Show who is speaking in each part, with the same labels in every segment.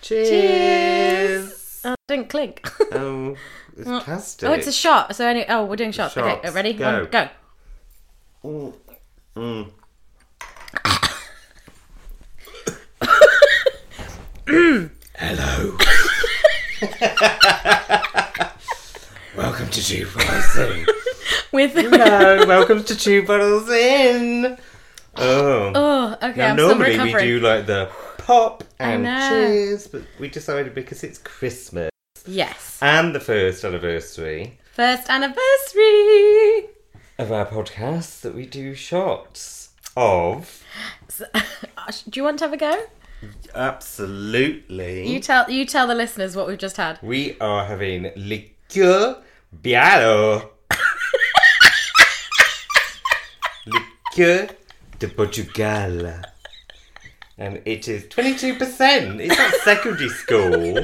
Speaker 1: Cheers.
Speaker 2: Oh, don't clink.
Speaker 1: Oh, it's plastic.
Speaker 2: oh, it's a shot. So any. Oh, we're doing shots. Okay,
Speaker 1: Shots.
Speaker 2: ready?
Speaker 1: Go.
Speaker 2: One, go.
Speaker 1: Mm. Hello. welcome to Two Bottles In.
Speaker 2: With.
Speaker 1: Hello, welcome to Two Bottles In. Oh.
Speaker 2: oh, okay.
Speaker 1: now,
Speaker 2: I'm still
Speaker 1: normally we
Speaker 2: recovering.
Speaker 1: do like the pop and
Speaker 2: know.
Speaker 1: cheers, but we decided because it's Christmas
Speaker 2: Yes.
Speaker 1: and the first anniversary
Speaker 2: First anniversary.
Speaker 1: of our podcast that we do shots of.
Speaker 2: So- uh, do you want to have a go?
Speaker 1: Absolutely.
Speaker 2: You tell. You tell the listeners what we've just had.
Speaker 1: we are having liqueur bialo. liqueur de Portugal. And it is 22%. It's not secondary school.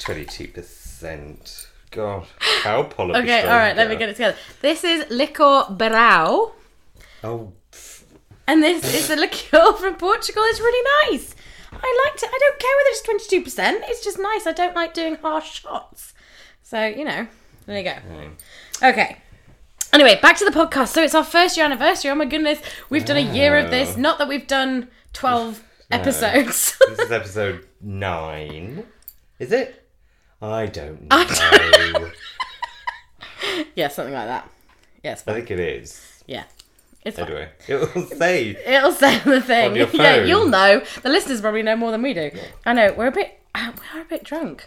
Speaker 1: 22%. God, how polyp.
Speaker 2: Okay. All right. Let me get it together. This is liquor brau.
Speaker 1: Oh,
Speaker 2: And this is a liqueur from Portugal. It's really nice. I liked it. I don't care whether it's twenty two percent. It's just nice. I don't like doing harsh shots. So you know, there you go.
Speaker 1: Hmm.
Speaker 2: Okay. Anyway, back to the podcast. So it's our first year anniversary. Oh my goodness, we've done a year of this. Not that we've done twelve episodes.
Speaker 1: this is episode nine. Is it? I don't know.
Speaker 2: don't yeah, something like that. Yes.
Speaker 1: I think it is.
Speaker 2: Yeah. It's fine.
Speaker 1: Anyway, it will say
Speaker 2: It'll say the thing.
Speaker 1: On your
Speaker 2: Yeah,
Speaker 1: phone.
Speaker 2: you'll know. The listeners probably know more than we do. I know. We're a bit. Uh, we are a bit drunk.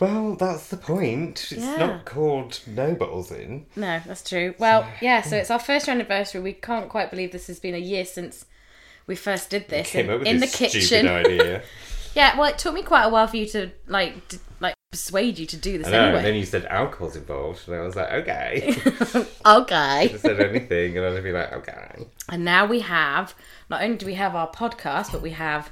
Speaker 1: Well, that's the point. It's
Speaker 2: Yeah.
Speaker 1: not called No Bottles In.
Speaker 2: No, that's true. Well, yeah, so it's our first year anniversary. We can't quite believe this has been a year since we first did this
Speaker 1: Came
Speaker 2: in,
Speaker 1: up with
Speaker 2: in the
Speaker 1: this
Speaker 2: kitchen.
Speaker 1: stupid idea.
Speaker 2: Yeah, well, it took me quite a while for you to like d- like persuade you to do this
Speaker 1: I know, and
Speaker 2: anyway.
Speaker 1: then you said alcohol's involved, and I was like, okay.
Speaker 2: okay.
Speaker 1: I said anything, and I'd be like, okay.
Speaker 2: And now we have not only do we have our podcast, but we have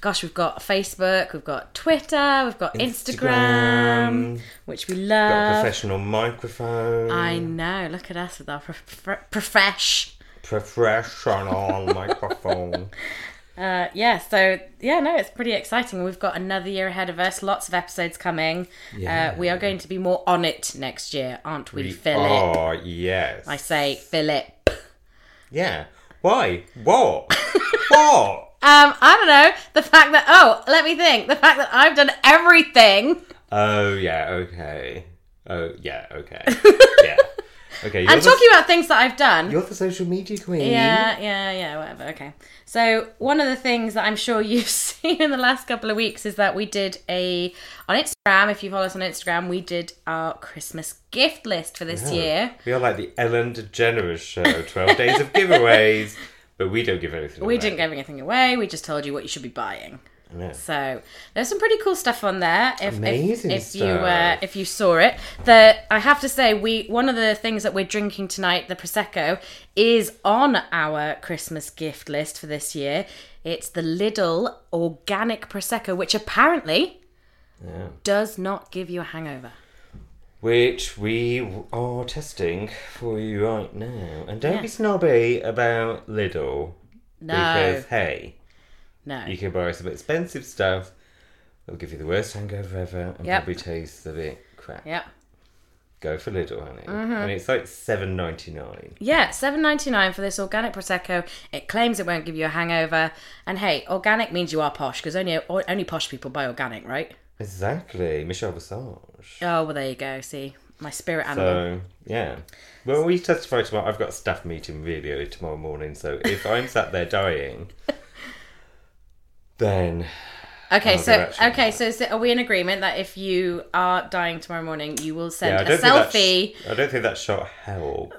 Speaker 2: gosh, we've got Facebook, we've got Twitter, we've got Instagram,
Speaker 1: Instagram.
Speaker 2: which we
Speaker 1: Got a
Speaker 2: love.
Speaker 1: professional microphone.
Speaker 2: Uh, I know. Look at us with our pro- pro- profesh.
Speaker 1: Professional microphone.
Speaker 2: Uh, yeah, so yeah, no, it's pretty exciting. We've got another year ahead of us. Lots of episodes coming.
Speaker 1: Yeah.
Speaker 2: Uh, we are going to be more on it next year, aren't we, Philip?
Speaker 1: Oh, yes.
Speaker 2: I say Philip.
Speaker 1: Yeah. Why? What? what?
Speaker 2: Um, I don't know. The fact that oh, let me think. The fact that I've done everything
Speaker 1: Oh, yeah, okay. Oh, yeah, okay. yeah. Okay, you're,
Speaker 2: and
Speaker 1: the,
Speaker 2: talking about things that I've done.
Speaker 1: you're the social media queen.
Speaker 2: Yeah, yeah, yeah, whatever. Okay. So, one of the things that I'm sure you've seen in the last couple of weeks is that we did a on Instagram, if you follow us on Instagram, we did our Christmas gift list for this year.
Speaker 1: We are like the Ellen DeGeneres show, 12 days of giveaways, but we don't give anything
Speaker 2: We didn't give anything away. We just told you what you should be buying.
Speaker 1: Yeah.
Speaker 2: So there's some pretty cool stuff on there. If,
Speaker 1: Amazing
Speaker 2: if, if you
Speaker 1: stuff.
Speaker 2: uh, if you saw it, that I have to say, we one of the things that we're drinking tonight, the prosecco, is on our Christmas gift list for this year. It's the Lidl organic prosecco, which apparently does not give you a hangover.
Speaker 1: Which we are testing for you right now. And don't be snobby about Lidl.
Speaker 2: No,
Speaker 1: Because, hey,
Speaker 2: no.
Speaker 1: you can buy some expensive stuff that'll give you the worst hangover ever and
Speaker 2: Yep.
Speaker 1: probably taste a bit crap.
Speaker 2: yeah.
Speaker 1: Go for Lidl, honey.
Speaker 2: Mm-hmm.
Speaker 1: And it's like seven ninety nine.
Speaker 2: Yeah, seven ninety nine for this organic prosecco. It claims it won't give you a hangover, and hey, organic means you are posh because only o- only posh people buy organic, right?
Speaker 1: Exactly. Michelle Visage.
Speaker 2: Oh well, there you go. See, my spirit animal.
Speaker 1: So yeah. Well, we testify tomorrow. I've got a staff meeting really early tomorrow morning, so if I'm sat there dying, then
Speaker 2: okay,
Speaker 1: I'll
Speaker 2: so
Speaker 1: do that
Speaker 2: okay, so is it, are we in agreement that if you are dying tomorrow morning, you will
Speaker 1: yeah, I
Speaker 2: send a
Speaker 1: don't
Speaker 2: selfie?
Speaker 1: think that sh- I don't think that shot helped.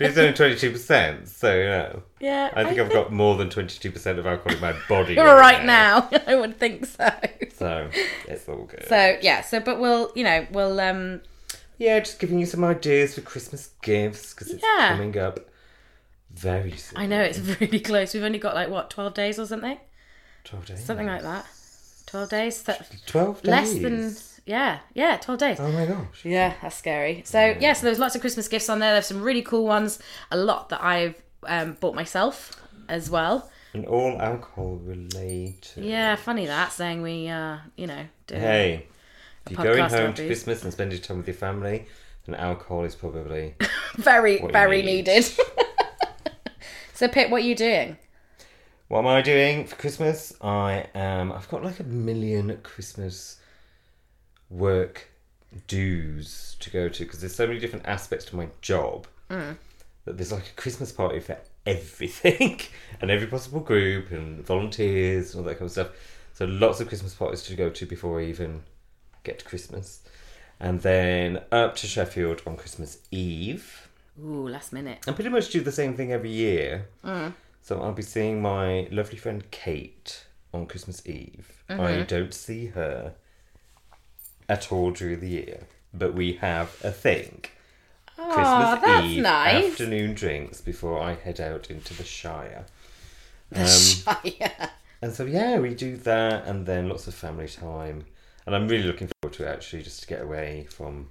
Speaker 1: it's only twenty two percent, so you know.
Speaker 2: yeah,
Speaker 1: I think I have got more than twenty two percent of alcohol in my body.
Speaker 2: you're right now. I would think so.
Speaker 1: So it's all good.
Speaker 2: So yeah, so but we'll you know we'll um
Speaker 1: yeah, just giving you some ideas for Christmas gifts because it's
Speaker 2: Yeah.
Speaker 1: coming up very soon.
Speaker 2: I know it's really close. We've only got like what twelve days or something,
Speaker 1: Twelve days.
Speaker 2: something like that. Twelve days. Th-
Speaker 1: Twelve days.
Speaker 2: less than yeah yeah 12 days
Speaker 1: Oh my gosh.
Speaker 2: yeah that's scary so yeah so there's lots of christmas gifts on there there's some really cool ones a lot that i've um, bought myself as well
Speaker 1: And all alcohol related.
Speaker 2: Yeah, funny that saying we, uh, you know, do.
Speaker 1: Hey, if you're going
Speaker 2: podcast
Speaker 1: home
Speaker 2: about
Speaker 1: to
Speaker 2: booze.
Speaker 1: Christmas and spending time with your family, then alcohol is probably.
Speaker 2: very,
Speaker 1: What you
Speaker 2: very
Speaker 1: need.
Speaker 2: needed. so, Pip, what are you doing?
Speaker 1: what am I doing for Christmas? I am. I've got like a million Christmas work dues to go to because there's so many different aspects to my job that there's like a Christmas party for everything and every possible group and volunteers and all that kind of stuff. So lots of Christmas parties to go to before I even get to Christmas. And then up to Sheffield on Christmas Eve.
Speaker 2: Ooh, last minute.
Speaker 1: I pretty much do the same thing every year.
Speaker 2: Mm.
Speaker 1: So I'll be seeing my lovely friend Kate on Christmas Eve.
Speaker 2: Mm-hmm.
Speaker 1: I don't see her at all during the year, but we have a thing.
Speaker 2: Aw, that's
Speaker 1: Eve
Speaker 2: nice.
Speaker 1: afternoon drinks before I head out into the Shire. Um,
Speaker 2: The Shire.
Speaker 1: And so yeah, we do that, and then lots of family time. And I'm really looking forward to it actually, just to get away from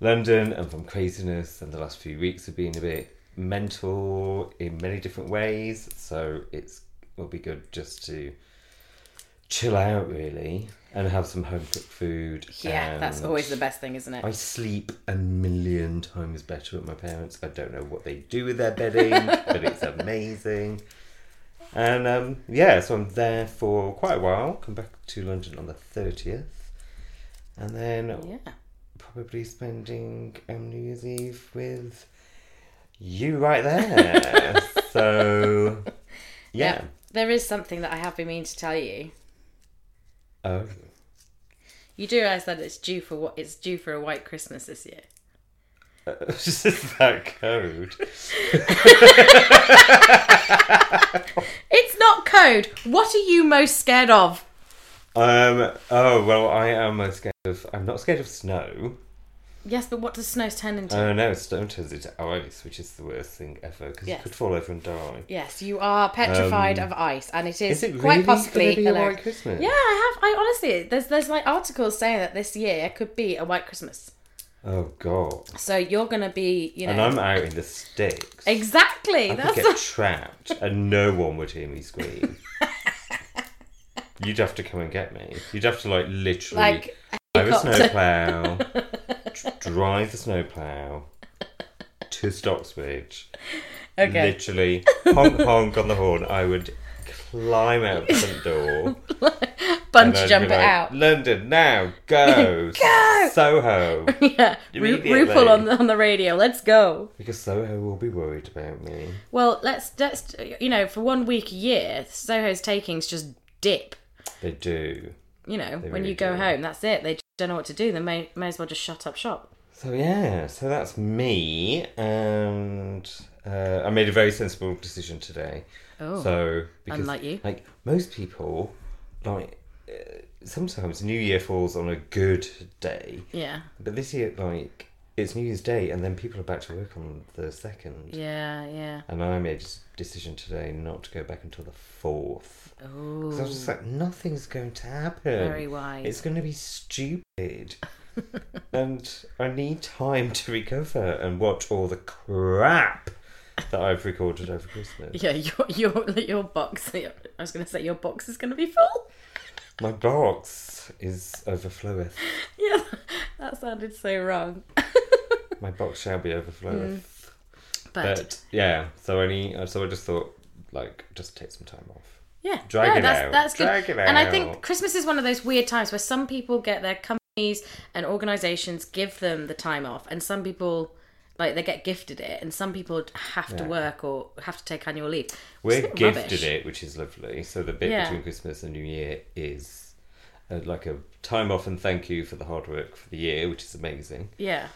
Speaker 1: London and from craziness. And the last few weeks have been a bit mental in many different ways, so it's will be good just to chill out really and have some home cooked food.
Speaker 2: Yeah,
Speaker 1: and
Speaker 2: that's always the best thing, isn't it?
Speaker 1: um, I sleep a million times better at my parents. I don't know what they do with their bedding, but it's amazing. And um, yeah, so I'm there for quite a while. Come back to London on the 30th. And then
Speaker 2: Yeah.
Speaker 1: probably spending um, New Year's Eve with you right there. so yeah.
Speaker 2: There is something that I have been meaning to tell you.
Speaker 1: Oh,
Speaker 2: You do realise that it's due for what it's due for a white Christmas this year.
Speaker 1: just that code.
Speaker 2: It's not code. What are you most scared of?
Speaker 1: Um. Oh well, I am most scared of. I'm not scared of snow.
Speaker 2: Yes, but what does snow turn into?
Speaker 1: Oh no, stone turns into ice, which is the worst thing ever because
Speaker 2: Yes.
Speaker 1: you could fall over and die.
Speaker 2: yes, you are petrified of ice, and it is,
Speaker 1: Um, Is it
Speaker 2: quite
Speaker 1: really
Speaker 2: possibly
Speaker 1: going to be a
Speaker 2: hilarious.
Speaker 1: white Christmas?
Speaker 2: Yeah, I have. I honestly, there's there's like articles saying that this year could be a white Christmas.
Speaker 1: Oh god!
Speaker 2: So you're gonna be, you know,
Speaker 1: And I'm out in the sticks.
Speaker 2: exactly.
Speaker 1: I
Speaker 2: that's
Speaker 1: could get trapped, and no one would hear me scream. You'd have to come and get me. You'd have to like literally
Speaker 2: like
Speaker 1: drive a
Speaker 2: helicopter.
Speaker 1: snowplow, dr- drive the snowplow to Stocksbridge.
Speaker 2: okay.
Speaker 1: Literally honk honk on the horn. I would climb out the front door. And
Speaker 2: Bungee
Speaker 1: I'd
Speaker 2: jump
Speaker 1: be
Speaker 2: it
Speaker 1: like,
Speaker 2: out.
Speaker 1: London now, go,
Speaker 2: Go!
Speaker 1: Soho,
Speaker 2: Yeah, Ru-
Speaker 1: Immediately.
Speaker 2: RuPaul on the on the radio. Let's go.
Speaker 1: because Soho will be worried about me.
Speaker 2: Well, let's let's you know for one week a year, Soho's takings just dip.
Speaker 1: They do.
Speaker 2: You know, when
Speaker 1: really
Speaker 2: you go
Speaker 1: do.
Speaker 2: home, that's it. They don't know what to do. They may may as well just shut up shop.
Speaker 1: So yeah, so that's me, and uh, I made a very sensible decision today.
Speaker 2: Oh,
Speaker 1: So because
Speaker 2: Unlike you.
Speaker 1: like most people, like uh, sometimes New Year falls on a good day,
Speaker 2: yeah,
Speaker 1: but this year like it's New Year's Day, and then people are back to work on the second.
Speaker 2: yeah, yeah.
Speaker 1: And I made a decision today not to go back until the fourth.
Speaker 2: Oh,
Speaker 1: So um, I was just like, nothing's going to happen.
Speaker 2: very wise.
Speaker 1: It's going to be stupid. and I need time to recover and watch all the crap that I've recorded over Christmas.
Speaker 2: Yeah, your your your box. I was going to say your box is going to be full.
Speaker 1: My box is overfloweth.
Speaker 2: Yeah, that sounded so wrong.
Speaker 1: My box shall be
Speaker 2: Mm,
Speaker 1: overfloweth.
Speaker 2: But,
Speaker 1: But yeah, so I need, so I just thought, like, just take some time off.
Speaker 2: yeah,
Speaker 1: Drag
Speaker 2: no,
Speaker 1: it
Speaker 2: that's
Speaker 1: out.
Speaker 2: that's good.
Speaker 1: Drag it
Speaker 2: And I
Speaker 1: out.
Speaker 2: think Christmas is one of those weird times where some people get their companies and organisations give them the time off, and some people like they get gifted it, and some people have to
Speaker 1: Yeah.
Speaker 2: work or have to take annual leave.
Speaker 1: We're
Speaker 2: It's a bit
Speaker 1: gifted
Speaker 2: rubbish.
Speaker 1: it, which is lovely. So the bit
Speaker 2: Yeah.
Speaker 1: between Christmas and New Year is uh, like a time off and thank you for the hard work for the year, which is amazing.
Speaker 2: Yeah,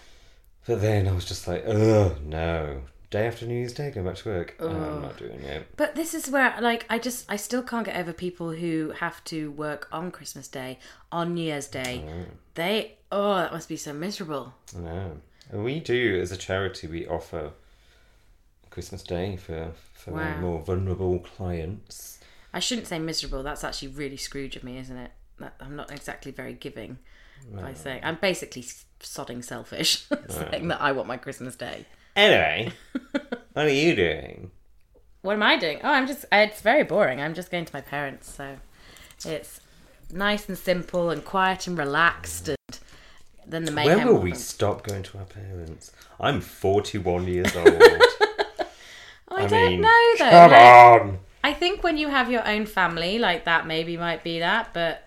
Speaker 1: But then I was just like, oh no. Day after New Year's Day, go back to work. Oh, I'm not doing it.
Speaker 2: but this is where like I just I still can't get over people who have to work on Christmas Day, on New Year's Day.
Speaker 1: Mm.
Speaker 2: They oh that must be so miserable.
Speaker 1: No. And we do, as a charity, we offer Christmas Day for, for
Speaker 2: Wow.
Speaker 1: more vulnerable clients.
Speaker 2: I shouldn't say miserable. That's actually really Scrooge of me, isn't it? That, I'm not exactly very giving by saying I'm basically s- sodding selfish, saying that I want my Christmas day.
Speaker 1: Anyway, what are you doing?
Speaker 2: What am I doing? Oh, I'm just. It's very boring. I'm just going to my parents. So it's nice and simple and quiet and relaxed. And then the mayhem.
Speaker 1: When will we
Speaker 2: happens.
Speaker 1: stop going to our parents? I'm 41 years old.
Speaker 2: Oh, I,
Speaker 1: I,
Speaker 2: don't
Speaker 1: mean,
Speaker 2: know though.
Speaker 1: come
Speaker 2: Like,
Speaker 1: on.
Speaker 2: I think when you have your own family like that, maybe might be that. But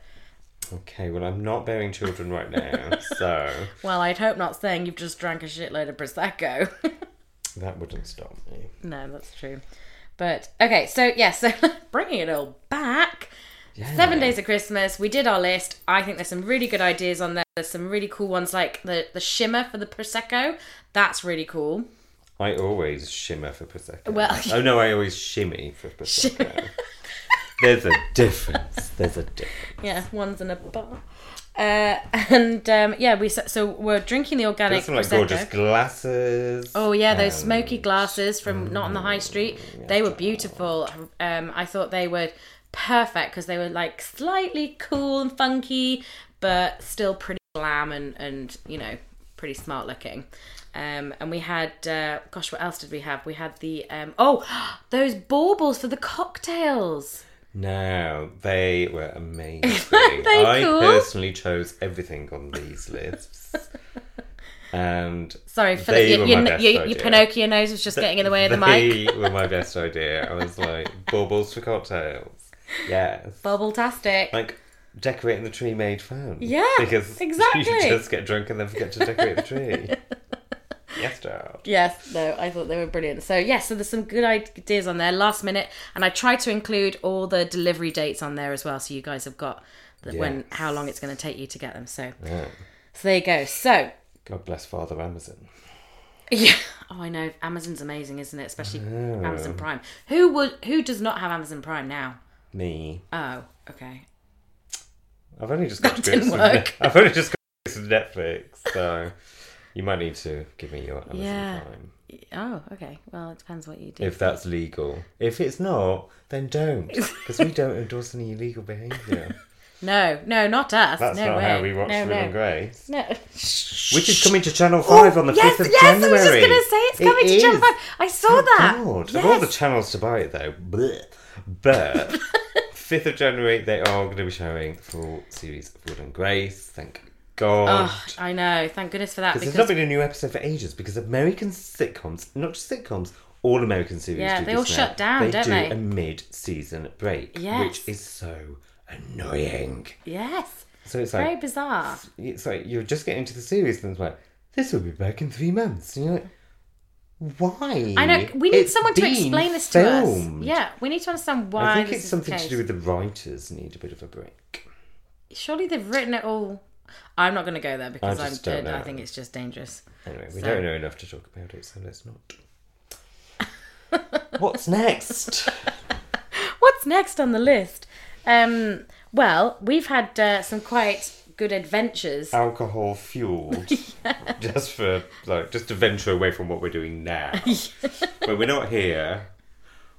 Speaker 1: Okay, well, I'm not bearing children right now, so
Speaker 2: well, I'd hope not. Saying you've just drank a shitload of prosecco.
Speaker 1: that wouldn't stop me.
Speaker 2: no, that's true. But okay, so yeah, so bringing it all back.
Speaker 1: Yeah.
Speaker 2: Seven days of Christmas. We did our list. I think there's some really good ideas on there. There's some really cool ones like the the shimmer for the prosecco. That's really cool.
Speaker 1: I always shimmer for prosecco.
Speaker 2: Well-
Speaker 1: oh no, I always shimmy for prosecco. There's a difference. There's a difference.
Speaker 2: Yeah, one's in a bar. Uh, and um, yeah, we s- so we're drinking the
Speaker 1: There's
Speaker 2: organic
Speaker 1: some like
Speaker 2: prosecco.
Speaker 1: gorgeous glasses.
Speaker 2: Oh yeah, those
Speaker 1: and-
Speaker 2: smoky glasses from Not on the High Street. They were beautiful. Um, I thought they were perfect because they were like slightly cool and funky, but still pretty glam and and you know pretty smart looking. Um, and we had, uh, gosh, what else did we have? We had the um, oh, those baubles for the cocktails.
Speaker 1: No, they were amazing.
Speaker 2: they
Speaker 1: I
Speaker 2: cool?
Speaker 1: personally chose everything on these lists. And
Speaker 2: Sorry for
Speaker 1: They
Speaker 2: the,
Speaker 1: were
Speaker 2: your,
Speaker 1: my
Speaker 2: your,
Speaker 1: best
Speaker 2: your, your
Speaker 1: idea.
Speaker 2: Pinocchio nose was just getting in the way of the mic.
Speaker 1: they were my best idea. I was like, baubles for cocktails. Yes.
Speaker 2: Bubble tastic.
Speaker 1: Like decorating the tree made fun.
Speaker 2: Yeah,
Speaker 1: Because
Speaker 2: exactly.
Speaker 1: you just get drunk and then forget to decorate the tree. yes, child.
Speaker 2: Yes, no, I thought they were brilliant. So yes, so there's some good ideas on there last minute, and I try to include all the delivery dates on there as well, so you guys have got the, when
Speaker 1: Yes.
Speaker 2: how long it's going to take you to get them. So
Speaker 1: Yeah.
Speaker 2: so there you go. So
Speaker 1: God bless Father Amazon.
Speaker 2: yeah, oh I know Amazon's amazing, isn't it? Especially Amazon Prime. Who would who does not have Amazon Prime now?
Speaker 1: Me.
Speaker 2: Oh, okay.
Speaker 1: I've only just got
Speaker 2: That
Speaker 1: to grips
Speaker 2: didn't
Speaker 1: with Ne-
Speaker 2: work.
Speaker 1: I've only just got to grips with Netflix, so you might need to give me your Amazon
Speaker 2: Yeah.
Speaker 1: Prime.
Speaker 2: Oh, okay. Well, it depends what you do.
Speaker 1: If that's legal. If it's not, then don't. Because we don't endorse any illegal behaviour.
Speaker 2: no, no, not us.
Speaker 1: That's
Speaker 2: no
Speaker 1: not
Speaker 2: way.
Speaker 1: how we watch
Speaker 2: no,
Speaker 1: Will and
Speaker 2: no.
Speaker 1: Grace.
Speaker 2: no.
Speaker 1: Which is coming to Channel 5 on the
Speaker 2: Oh, yes,
Speaker 1: 5th of
Speaker 2: yes,
Speaker 1: January.
Speaker 2: I was just going to say it's
Speaker 1: It
Speaker 2: coming to Channel
Speaker 1: is. Oh,
Speaker 2: 5. I saw that.
Speaker 1: God,
Speaker 2: Yes.
Speaker 1: of all the channels to buy it though, bleh. but 5th of January they are going to be showing the full series of Wood and Grace. Thank God.
Speaker 2: Oh, I know. Thank goodness for that.
Speaker 1: Because
Speaker 2: Because
Speaker 1: there's not been a new episode for ages because American sitcoms, not just sitcoms, all American series
Speaker 2: Yeah,
Speaker 1: do
Speaker 2: they
Speaker 1: this
Speaker 2: all
Speaker 1: now.
Speaker 2: shut down,
Speaker 1: they
Speaker 2: don't
Speaker 1: do
Speaker 2: they?
Speaker 1: a mid-season break,
Speaker 2: Yes.
Speaker 1: which is so annoying.
Speaker 2: yes,
Speaker 1: So it's
Speaker 2: very
Speaker 1: like
Speaker 2: bizarre.
Speaker 1: it's like you're just getting into the series and it's like this will be back in three months. And you're like, why?
Speaker 2: I know. We need
Speaker 1: It's
Speaker 2: someone to
Speaker 1: been
Speaker 2: explain this
Speaker 1: filmed.
Speaker 2: to us. Yeah, we need to understand why.
Speaker 1: I think
Speaker 2: this
Speaker 1: it's
Speaker 2: is
Speaker 1: something
Speaker 2: the
Speaker 1: to
Speaker 2: case.
Speaker 1: do with the writers need a bit of a break.
Speaker 2: Surely they've written it all. I'm not going to go there because I'm
Speaker 1: just don't
Speaker 2: dead. I
Speaker 1: know.
Speaker 2: think it's just dangerous.
Speaker 1: Anyway, we
Speaker 2: So-
Speaker 1: don't know enough to talk about it, so let's not. What's next?
Speaker 2: What's next on the list? Um, well, we've had uh, some quite good adventures.
Speaker 1: Uh, Alcohol fueled, just for like just to venture away from what we're doing now. but we're not here.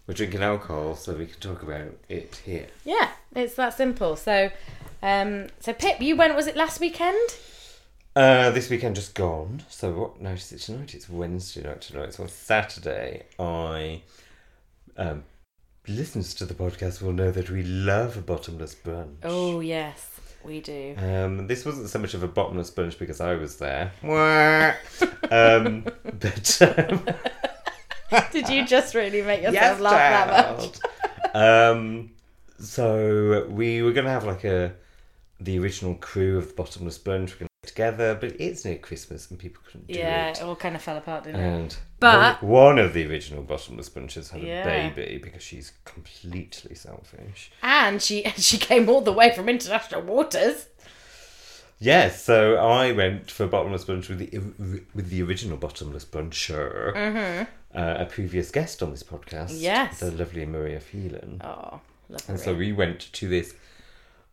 Speaker 1: We're drinking alcohol, so we can talk about it here.
Speaker 2: Yeah, it's that simple. So, um, so Pip, you went. Was it last weekend?
Speaker 1: Uh, this weekend just gone. So what night is it tonight? It's Wednesday night tonight. So on Saturday, I um, listeners to the podcast will know that we love a bottomless brunch.
Speaker 2: Oh yes, we do.
Speaker 1: Um, this wasn't so much of a bottomless brunch because I was there. Wah! um, but um,
Speaker 2: Did you just really make yourself
Speaker 1: yes,
Speaker 2: laugh that much?
Speaker 1: child. um, so we were gonna have like a the original crew of the bottomless brunch. We're gonna get together, but it's near Christmas and people couldn't do
Speaker 2: Yeah, oh,
Speaker 1: it.
Speaker 2: it all kind of fell apart, didn't it?
Speaker 1: And
Speaker 2: But-
Speaker 1: one, one of the original bottomless bunches had
Speaker 2: Yeah.
Speaker 1: a baby because she's completely selfish.
Speaker 2: And she and she came all the way from international waters.
Speaker 1: Yes, so I went for bottomless bunch with the with the original bottomless buncher,
Speaker 2: Mm-hmm.
Speaker 1: uh, a previous guest on this podcast.
Speaker 2: Mm. Yes.
Speaker 1: the lovely Maria Phelan.
Speaker 2: Oh, lovely.
Speaker 1: and so we went to this.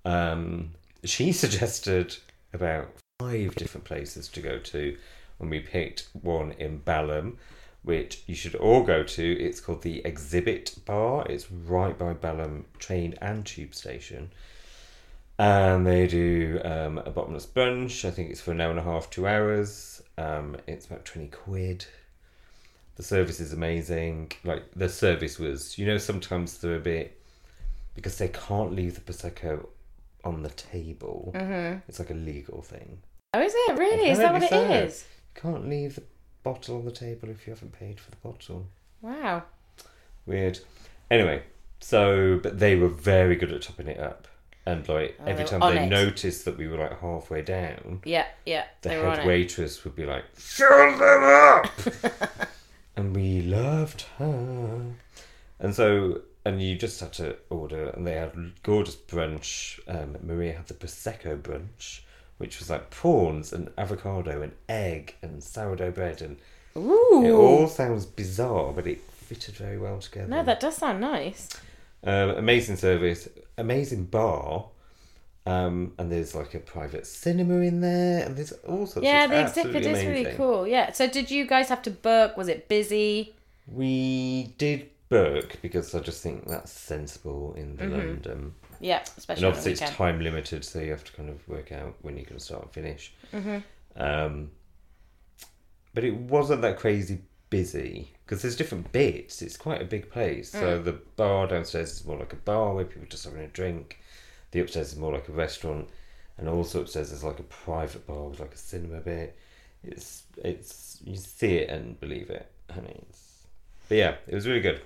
Speaker 1: Um, she suggested about five different places to go to, and we picked one in Balham, which you should all go to. It's called the Exhibit Bar. It's right by Balham train and tube station, and they do um, a bottomless brunch. I think it's for an hour and a half, two hours. Um, it's about twenty quid. The service is amazing. Like the service was, you know, sometimes they're a bit because they can't leave the prosecco on the table. Mm-hmm. It's like a legal thing.
Speaker 2: Oh, is it really? Is that what it
Speaker 1: Apparently so.
Speaker 2: is?
Speaker 1: You can't leave the bottle on the table if you haven't paid for the bottle.
Speaker 2: Wow.
Speaker 1: Weird. Anyway, so but they were very good at topping it up, and like
Speaker 2: they
Speaker 1: every
Speaker 2: were
Speaker 1: time
Speaker 2: Oh, on
Speaker 1: they
Speaker 2: it.
Speaker 1: noticed that we were like halfway down,
Speaker 2: Yeah, yeah.
Speaker 1: the
Speaker 2: they were on
Speaker 1: head
Speaker 2: it.
Speaker 1: waitress would be like, "Fill them up," and we loved her. And so, and you just had to order, and they had gorgeous brunch. Um, Maria had the prosecco brunch, which was like prawns and avocado and egg and sourdough bread, and it
Speaker 2: Ooh.
Speaker 1: all sounds bizarre, but it fitted very well together.
Speaker 2: No, that does sound nice.
Speaker 1: Um, amazing service, amazing bar. Um, and there's like a private cinema in there, and there's all sorts.
Speaker 2: Yeah,
Speaker 1: of
Speaker 2: the exhibit
Speaker 1: absolutely
Speaker 2: is really
Speaker 1: amazing.
Speaker 2: cool. Yeah. So did you guys have to book? Was it busy?
Speaker 1: We did book because I just think that's sensible in London,
Speaker 2: Yeah,
Speaker 1: and
Speaker 2: especially on the
Speaker 1: obviously it's
Speaker 2: weekend.
Speaker 1: time limited, so you have to kind of work out when you're going to start and finish. Um, but it wasn't that crazy busy because there's different bits. It's quite a big place. So the bar downstairs is more like a bar where people are just having a drink. The upstairs is more like a restaurant, and also upstairs is like a private bar with like a cinema bit. It's it's you see it and believe it, honey. It's, but yeah, it was really good.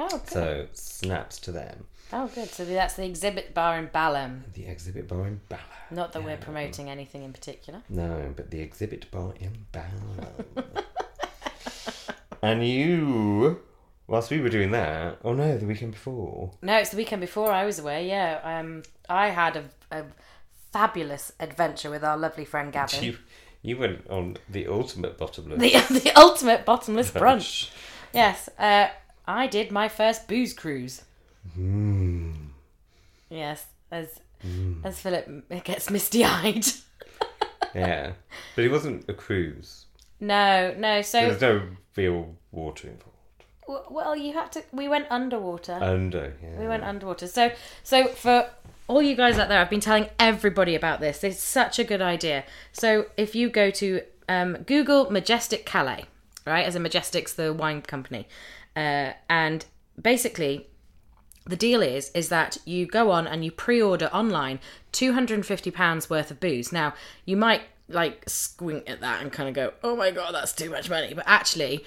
Speaker 2: Oh, good.
Speaker 1: So snaps to them.
Speaker 2: oh, good. So that's the exhibit bar in Balham.
Speaker 1: The exhibit bar in Ballard.
Speaker 2: Not that we're promoting anything in particular.
Speaker 1: No, but the exhibit bar in Ballard. and you, whilst we were doing that, oh no, the weekend before.
Speaker 2: No, it's the weekend before I was away. Yeah, um, I had a, a fabulous adventure with our lovely friend Gavin.
Speaker 1: You you went on the ultimate bottomless
Speaker 2: The, the ultimate bottomless brunch.
Speaker 1: brunch.
Speaker 2: Yes, uh, I did my first booze cruise.
Speaker 1: Hmm,
Speaker 2: Yes, as as Philip m- gets misty eyed.
Speaker 1: Yeah. But it wasn't a cruise.
Speaker 2: No, no.
Speaker 1: There
Speaker 2: So
Speaker 1: was no real water involved.
Speaker 2: w- well, you had to. We went underwater.
Speaker 1: And oh, yeah.
Speaker 2: We went underwater. So, so for all you guys out there, I've been telling everybody about this. It's such a good idea. So, if you go to um, Google Majestic Calais, right, as in Majestic's the wine company, uh, and basically the deal is is that you go on and you pre-order online 250 pounds worth of booze now you might like squint at that and kind of go oh my god that's too much money but actually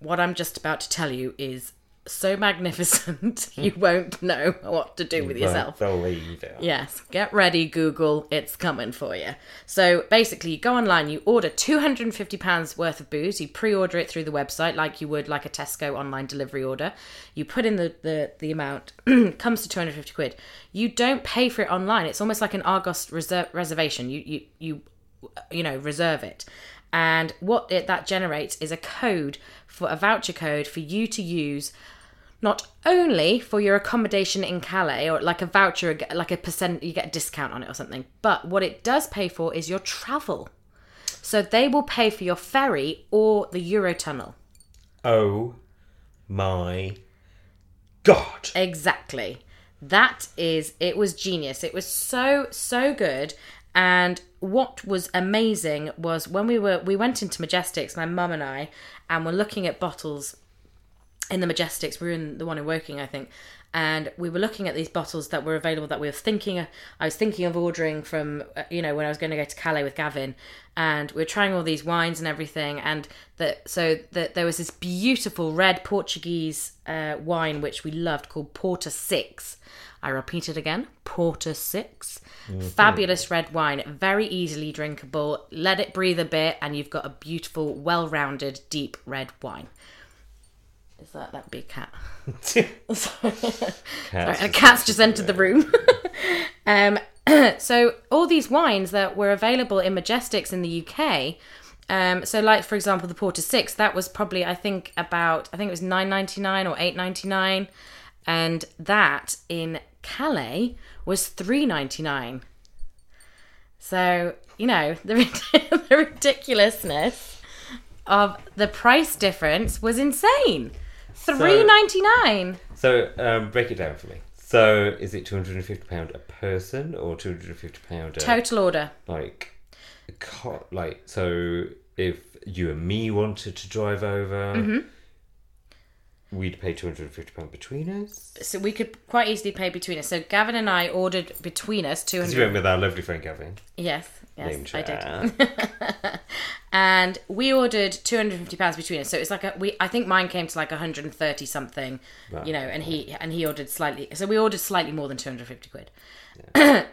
Speaker 2: what i'm just about to tell you is so magnificent you won't know what to do with yourself
Speaker 1: Well, they'll leave it.
Speaker 2: Yes, get ready, Google. It's coming for you. So basically, you go online, you order £250 worth of booze, you pre order it through the website like you would like a Tesco online delivery order. You put in the, the, the amount, comes to 250 quid. You don't pay for it online. It's almost like an Argos reser- reservation. You, you, you, you know, reserve it. And what it, that generates is a code for a voucher code for you to use not only for your accommodation in Calais or like a voucher, like a percent, you get a discount on it or something, but what it does pay for is your travel. So they will pay for your ferry or the Eurotunnel.
Speaker 1: Oh my god.
Speaker 2: Exactly. That is, it was genius. It was so, so good. And what was amazing was when we were, we went into Majestics, my mum and I, and we're looking at bottles in the Majestics. We were in the one in Woking, I think. And we were looking at these bottles that were available that we were thinking of. I was thinking of ordering from, uh, you know, when I was going to go to Calais with Gavin. And we were trying all these wines and everything. And that so that there was this beautiful red Portuguese uh, wine, which we loved, called Porter Six. I repeat it again Porter 6. Fabulous red wine, very easily drinkable. Let it breathe a bit, and you've got a beautiful, well rounded, deep red wine. Is that that big cat? Sorry.
Speaker 1: Cats
Speaker 2: And a
Speaker 1: is-
Speaker 2: cat's just entered the room. um, so all these wines that were available in Majestics in the UK. Um, so like for example, the Porter Six that was probably I think about I think it was nine ninety nine or eight ninety nine, and that in Calais was three ninety nine. So you know the rid- the ridiculousness of the price difference was insane. Three ninety nine.
Speaker 1: So um, break it down for me. So is it two hundred and fifty pound a person or two hundred and fifty pound a
Speaker 2: Total order.
Speaker 1: like a co- like so if you and me wanted to drive over,
Speaker 2: Mm-hmm.
Speaker 1: we'd pay two hundred and fifty pound between us.
Speaker 2: So we could quite easily pay between us. So Gavin and I ordered between us two
Speaker 1: Because
Speaker 2: hundred.
Speaker 1: you went with our lovely friend Gavin.
Speaker 2: Yes, yes,
Speaker 1: Name
Speaker 2: I did.
Speaker 1: check.
Speaker 2: and we ordered 250 pounds between us so it's like a we i think mine came to like 130 something you know and he and he ordered slightly so we ordered slightly more than 250 quid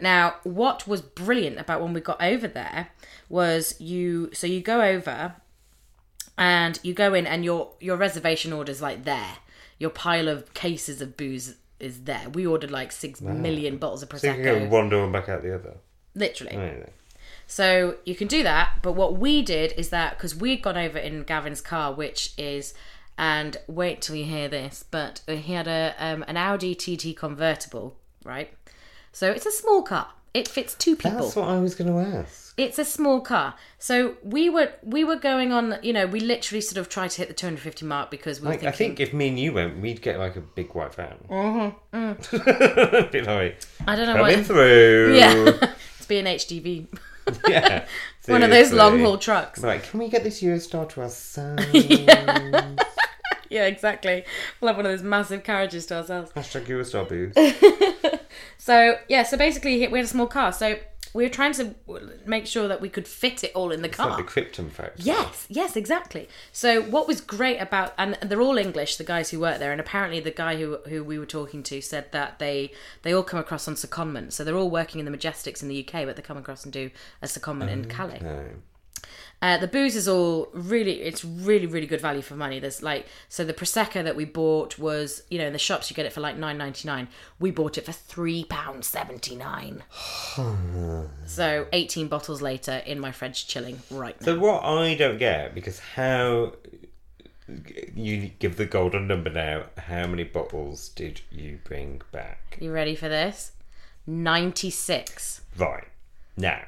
Speaker 2: now what was brilliant about when we got over there was you so you go over and you go in and your your reservation order's like there your pile of cases of booze is there we ordered like six million bottles of
Speaker 1: so you
Speaker 2: prosecco
Speaker 1: can go one door and Oh, back out the other.
Speaker 2: literally
Speaker 1: Anyway.
Speaker 2: so you can do that, but what we did is that because we'd gone over in Gavin's car, which is, and wait till you hear this, but he had a um, an Audi TT convertible, right? So it's a small car. It fits two people
Speaker 1: That's what I was going to ask.
Speaker 2: it's a small car so we were we were going on you know we literally sort of tried to hit the 250 mark because we were
Speaker 1: Like, I
Speaker 2: thinking
Speaker 1: think if me and you went, we'd get like a big white van. Mm-hmm.
Speaker 2: Mm.
Speaker 1: Be like,
Speaker 2: i don't know
Speaker 1: coming
Speaker 2: what
Speaker 1: through.
Speaker 2: yeah it's be an hdv
Speaker 1: Yeah.
Speaker 2: one of those
Speaker 1: seriously.
Speaker 2: long haul trucks
Speaker 1: Like, can we get this Eurostar to ourselves?
Speaker 2: yeah exactly we'll have one of those massive carriages to ourselves
Speaker 1: Hashtag Eurostar booze.
Speaker 2: so yeah so basically he- we had a small car so we were trying to make sure that we could fit it all in the car
Speaker 1: Like the Krypton fact.
Speaker 2: Yes, yes, exactly. So what was great about and they're all English, the guys who work there, and apparently the guy who who we were talking to said that they they all come across on secondment. So they're all working in the Majestics in the UK, but they come across and do a secondment in Calais.
Speaker 1: No.
Speaker 2: Uh, the booze is all really, it's really, really good value for money. There's like, so the prosecco that we bought was, you know, in the shops you get it for like nine ninety nine. We bought it for three pounds seventy nine. so eighteen bottles later, in my fridge, chilling right now.
Speaker 1: So what I don't get because how you give the golden number now? How many bottles did you bring back?
Speaker 2: You ready for this? 96.
Speaker 1: Right now,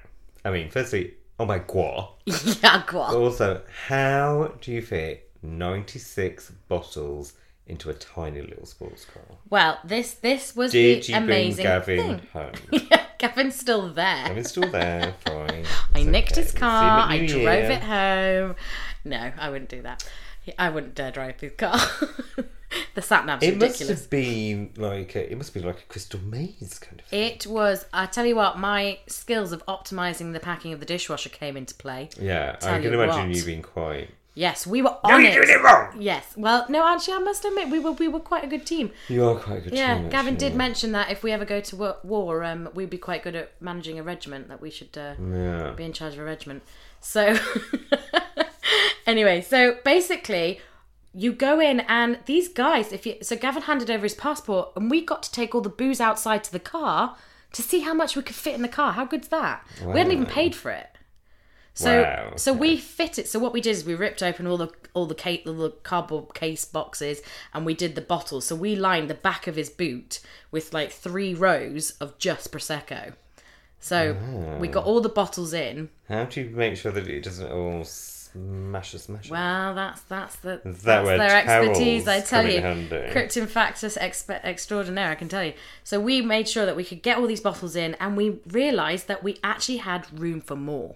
Speaker 1: I mean, firstly, oh my god.
Speaker 2: yeah, go on.
Speaker 1: Also, how do you fit ninety-six bottles into a tiny little sports car?
Speaker 2: Well, this this was
Speaker 1: Did
Speaker 2: the
Speaker 1: you bring
Speaker 2: amazing
Speaker 1: Gavin
Speaker 2: thing.
Speaker 1: home?
Speaker 2: Gavin's still there.
Speaker 1: Gavin's still there. Fine.
Speaker 2: I nicked his car. I drove it
Speaker 1: Home.
Speaker 2: home. No, I wouldn't do that. I wouldn't dare drive his car. the sat nav's
Speaker 1: It must
Speaker 2: ridiculous.
Speaker 1: have been like a, it must be like a crystal maze kind of. thing.
Speaker 2: It was. I tell you what, my skills of optimizing the packing of the dishwasher came into play.
Speaker 1: Yeah,
Speaker 2: Tell
Speaker 1: I can
Speaker 2: you
Speaker 1: imagine
Speaker 2: what.
Speaker 1: you being quite.
Speaker 2: Yes, we were on it.
Speaker 1: wrong.
Speaker 2: Yes. Well, no, actually, I must admit, we were we were quite a good team.
Speaker 1: You are quite a good.
Speaker 2: Yeah,
Speaker 1: team,
Speaker 2: Gavin
Speaker 1: actually.
Speaker 2: did mention that if we ever go to wa- war, um, we'd be quite good at managing a regiment. That we should uh,
Speaker 1: Yeah.
Speaker 2: be in charge of a regiment. So, anyway, so basically, you go in and these guys. If you so, Gavin handed over his passport, and we got to take all the booze outside to the car to see how much we could fit in the car. How good's that? We hadn't even
Speaker 1: Wow.
Speaker 2: paid for it. So,
Speaker 1: Wow,
Speaker 2: so
Speaker 1: okay.
Speaker 2: we fit it. So what we did is we ripped open all the all the, case, all the cardboard case boxes, and we did the bottles. So we lined the back of his boot with like three rows of just prosecco. So we
Speaker 1: Ah.
Speaker 2: got all the bottles in.
Speaker 1: How do you make sure that it doesn't all smash a smash?
Speaker 2: Well, that's that's the
Speaker 1: that
Speaker 2: that's
Speaker 1: where
Speaker 2: their expertise,
Speaker 1: towels
Speaker 2: I tell
Speaker 1: come in
Speaker 2: you.
Speaker 1: handy?
Speaker 2: Cryptum factus expe- extraordinaire, I can tell you. So we made sure that we could get all these bottles in, and we realised that we actually had room for more.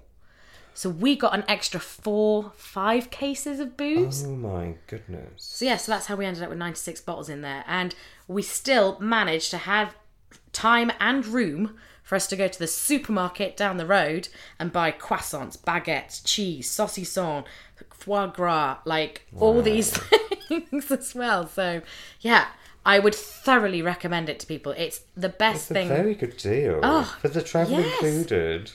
Speaker 2: So we got an extra four, five cases of booze.
Speaker 1: oh my goodness.
Speaker 2: So yeah, so that's how we ended up with 96 bottles in there, and we still managed to have time and room for us to go to the supermarket down the road and buy croissants, baguettes, cheese, saucisson, foie gras, like all these things as well. So yeah, I would thoroughly recommend it to people. It's the best
Speaker 1: It's a
Speaker 2: thing.
Speaker 1: very good deal.
Speaker 2: Oh,
Speaker 1: For the travel
Speaker 2: yes.
Speaker 1: included.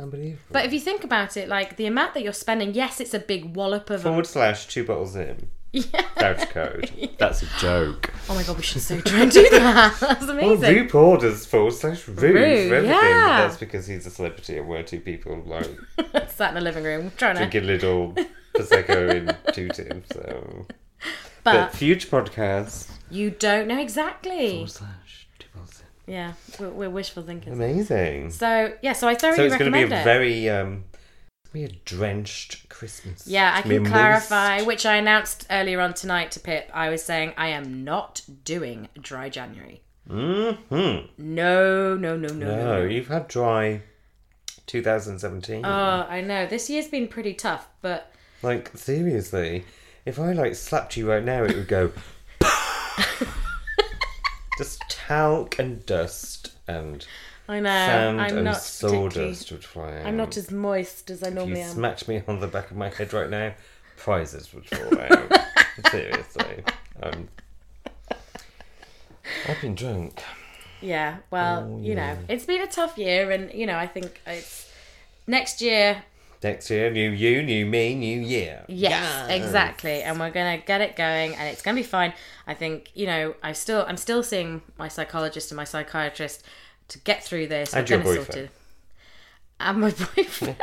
Speaker 1: Unbelievable.
Speaker 2: But if you think about it, like the amount that you're spending, yes, it's a big wallop of. A...
Speaker 1: Forward slash two bottles in. Voucher code. That's a joke.
Speaker 2: Oh my god, we should so try and do that. That's
Speaker 1: Well,
Speaker 2: amazing.
Speaker 1: Rue orders forward slash Rue for
Speaker 2: Rue,
Speaker 1: everything.
Speaker 2: yeah.
Speaker 1: That's because he's a celebrity and we're two people like
Speaker 2: Sat in the living room trying to.
Speaker 1: drinking little prosecco in two tips. So.
Speaker 2: But
Speaker 1: But future podcast.
Speaker 2: You don't know exactly.
Speaker 1: slash two bottles in.
Speaker 2: Yeah, we're, we're wishful thinkers.
Speaker 1: Amazing.
Speaker 2: So yeah, so I thoroughly
Speaker 1: Mm. So it's going to be
Speaker 2: recommend
Speaker 1: a
Speaker 2: it.
Speaker 1: very um, it's gonna be a drenched Christmas.
Speaker 2: yeah, I
Speaker 1: It's gonna
Speaker 2: can
Speaker 1: be
Speaker 2: clarify,
Speaker 1: moist.
Speaker 2: which I announced earlier on tonight to Pip. I was saying I am not doing dry January.
Speaker 1: Mhm.
Speaker 2: No, no, no, no, no.
Speaker 1: No, you've had dry 2017.
Speaker 2: Oh, I know. This year's been pretty tough, but
Speaker 1: like seriously, if I like slapped you right now, it would go. just talc and dust and
Speaker 2: I know
Speaker 1: sand
Speaker 2: Um, I'm
Speaker 1: and
Speaker 2: not particularly.
Speaker 1: sawdust would fly out.
Speaker 2: I'm not as moist as I
Speaker 1: If
Speaker 2: normally
Speaker 1: you
Speaker 2: am.
Speaker 1: smacked me on the back of my head right now, prizes would fall out. Seriously. Um, I've been drunk.
Speaker 2: Yeah, well,
Speaker 1: Oh,
Speaker 2: you know, it's been a tough year, and you know, I think it's next year.
Speaker 1: Next year, new you, new me, new year.
Speaker 2: Yes, exactly, and we're gonna get it going, and it's gonna be fine. I think you know, I still, I'm still seeing my psychologist and my psychiatrist to get through this.
Speaker 1: And
Speaker 2: We're
Speaker 1: your
Speaker 2: gonna sort
Speaker 1: boyfriend.
Speaker 2: it- And my boyfriend.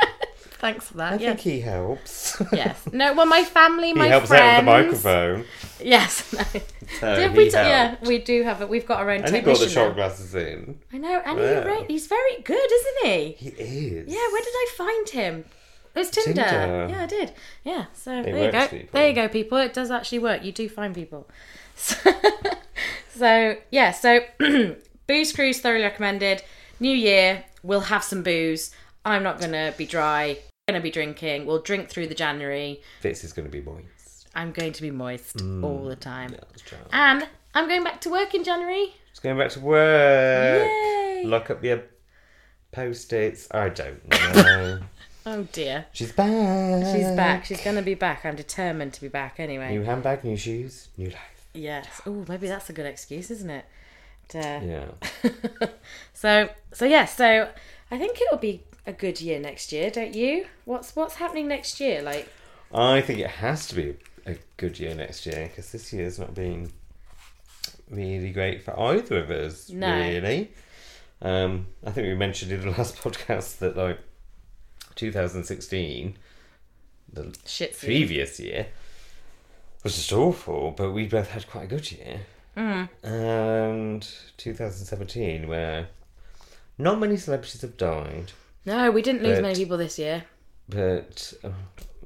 Speaker 2: Thanks for that.
Speaker 1: I
Speaker 2: yeah.
Speaker 1: think he helps.
Speaker 2: yes. No. Well, my family,
Speaker 1: he
Speaker 2: my
Speaker 1: helps
Speaker 2: friends.
Speaker 1: out with the microphone.
Speaker 2: Yes. No.
Speaker 1: So
Speaker 2: Did
Speaker 1: he
Speaker 2: we? t-
Speaker 1: helped.
Speaker 2: yeah, we do have it. We've got our own
Speaker 1: And he brought
Speaker 2: technician.
Speaker 1: the shot
Speaker 2: now.
Speaker 1: glasses in.
Speaker 2: I know, and
Speaker 1: Yeah.
Speaker 2: he ra- he's very good, isn't he?
Speaker 1: He is.
Speaker 2: Yeah, where did I find him? It was Tinder.
Speaker 1: Tinder.
Speaker 2: Yeah, I did. Yeah, so there you
Speaker 1: works,
Speaker 2: go.
Speaker 1: people.
Speaker 2: There you go, people. It does actually work. You do find people. So, so, yeah, so booze cruise thoroughly recommended. New year, we'll have some booze. I'm not gonna be dry. I'm gonna be drinking. We'll drink through the January.
Speaker 1: This is going to be moist.
Speaker 2: I'm going to be moist all the time,
Speaker 1: That's true.
Speaker 2: and I'm going back to work in January.
Speaker 1: Just going back to work.
Speaker 2: Yay!
Speaker 1: Look up your post its. I don't know.
Speaker 2: Oh dear,
Speaker 1: She's back.
Speaker 2: she's back. She's gonna be back. I'm determined to be back anyway.
Speaker 1: New handbag, new shoes, new life.
Speaker 2: Yes. Oh, maybe that's a good excuse, isn't it? To-
Speaker 1: Yeah.
Speaker 2: So, so yeah. So, I think it'll be a good year next year, don't you? What's What's happening next year? Like,
Speaker 1: I think it has to be a good year next year because this year's not been really great for either of us,
Speaker 2: No.
Speaker 1: really. Um, I think we mentioned in the last podcast that, like, 2016, the
Speaker 2: shit's
Speaker 1: previous year, was just awful, but we both had quite a good year.
Speaker 2: Mm.
Speaker 1: And 2017, where not many celebrities have died.
Speaker 2: No, we didn't lose
Speaker 1: But-
Speaker 2: many people this year.
Speaker 1: But um,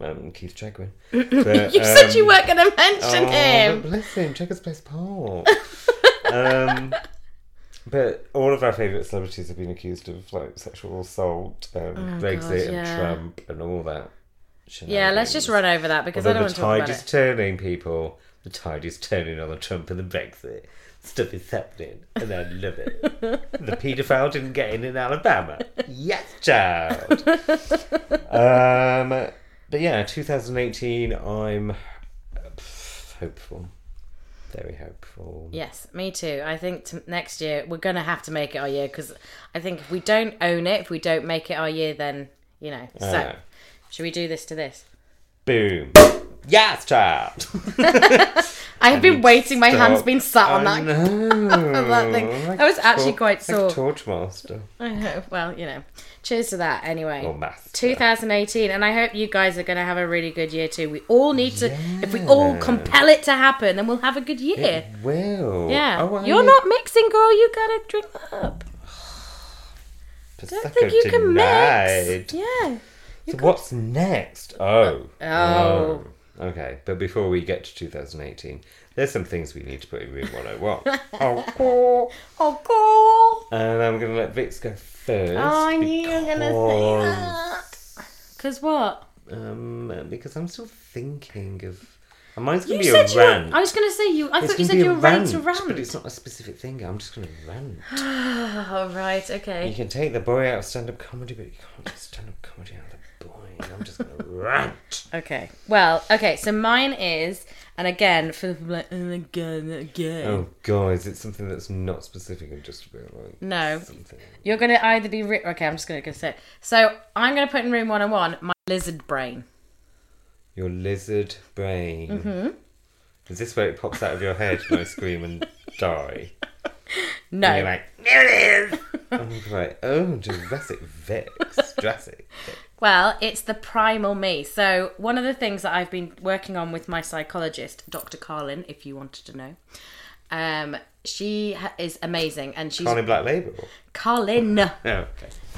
Speaker 1: um, Keith Chegwin. But,
Speaker 2: You said you
Speaker 1: um,
Speaker 2: weren't going to mention
Speaker 1: oh,
Speaker 2: him.
Speaker 1: but Bless him. Checkers plays Paul. um, but all of our favourite celebrities have been accused of like sexual assault, um, Brexit,
Speaker 2: Oh, God, yeah.
Speaker 1: and Trump, and all that.
Speaker 2: Yeah, let's just run over that because
Speaker 1: Oh, Although
Speaker 2: I don't
Speaker 1: the
Speaker 2: want to talk
Speaker 1: tide
Speaker 2: about
Speaker 1: is
Speaker 2: it.
Speaker 1: turning, people. The tide is turning on the Trump and the Brexit. Stuff is happening, and I love it. the paedophile didn't get in in Alabama. Yes, child. um, but yeah, 2018. I'm pff, hopeful, very hopeful.
Speaker 2: Yes, me too. I think t- next year we're going to have to make it our year because I think if we don't own it, if we don't make it our year, then you know. So,
Speaker 1: Uh,
Speaker 2: should we do this to this?
Speaker 1: boom. Yes, child.
Speaker 2: I have been waiting. My hand's
Speaker 1: Stop.
Speaker 2: been sat on
Speaker 1: I
Speaker 2: that.
Speaker 1: know.
Speaker 2: that thing.
Speaker 1: Like
Speaker 2: That was actually
Speaker 1: tor-
Speaker 2: quite
Speaker 1: Like
Speaker 2: sore.
Speaker 1: Torchmaster
Speaker 2: I know. Well, you know. Cheers to that. Anyway.
Speaker 1: or master.
Speaker 2: 2018 and i hope you guys are going to have a really good year too we all need to if we all compel it to happen then we'll have a good year
Speaker 1: Well,
Speaker 2: yeah
Speaker 1: oh, I
Speaker 2: you're not mixing girl you gotta drink that up i
Speaker 1: Prosecco
Speaker 2: think you can
Speaker 1: tonight.
Speaker 2: mix yeah
Speaker 1: So what's next? Oh.
Speaker 2: Oh.
Speaker 1: Okay, but before we get to 2018, there's some things we need to put in room 101. oh, cool.
Speaker 2: oh cool
Speaker 1: And I'm going to let Vix go first.
Speaker 2: Oh, I knew you were gonna say that. because what
Speaker 1: because, Um, because I'm still thinking of. And mine's going to
Speaker 2: you
Speaker 1: be a
Speaker 2: said you were,
Speaker 1: rant.
Speaker 2: i was gonna say you i
Speaker 1: It's
Speaker 2: thought you
Speaker 1: gonna
Speaker 2: said
Speaker 1: be a
Speaker 2: you were ready to
Speaker 1: But it's
Speaker 2: rant
Speaker 1: not a specific thing. I'm just going to rant.
Speaker 2: oh right
Speaker 1: You
Speaker 2: okay
Speaker 1: can take the boy out of stand up comedy, but you can't take stand up comedy out of the boy. I'm just going to rant.
Speaker 2: okay well okay so mine is and again for like and again again
Speaker 1: Oh, guys, it's something that's not specific and just about like.
Speaker 2: no
Speaker 1: Something.
Speaker 2: You're gonna either be ri- okay. I'm just gonna go say. It. So I'm gonna put in room 101 my lizard brain.
Speaker 1: Your lizard brain. Mm-hmm. Is this where it pops out of your head and I scream and die?
Speaker 2: No,
Speaker 1: And you're like, there it is! And I'm like, oh, Jurassic Vex. Jurassic.
Speaker 2: well, it's the primal me. So one of the things that I've been working on with my psychologist, Dr. Carlin, if you wanted to know, um, she ha- is amazing, and she's
Speaker 1: Carly Black Label.
Speaker 2: Carlin.
Speaker 1: Oh, okay.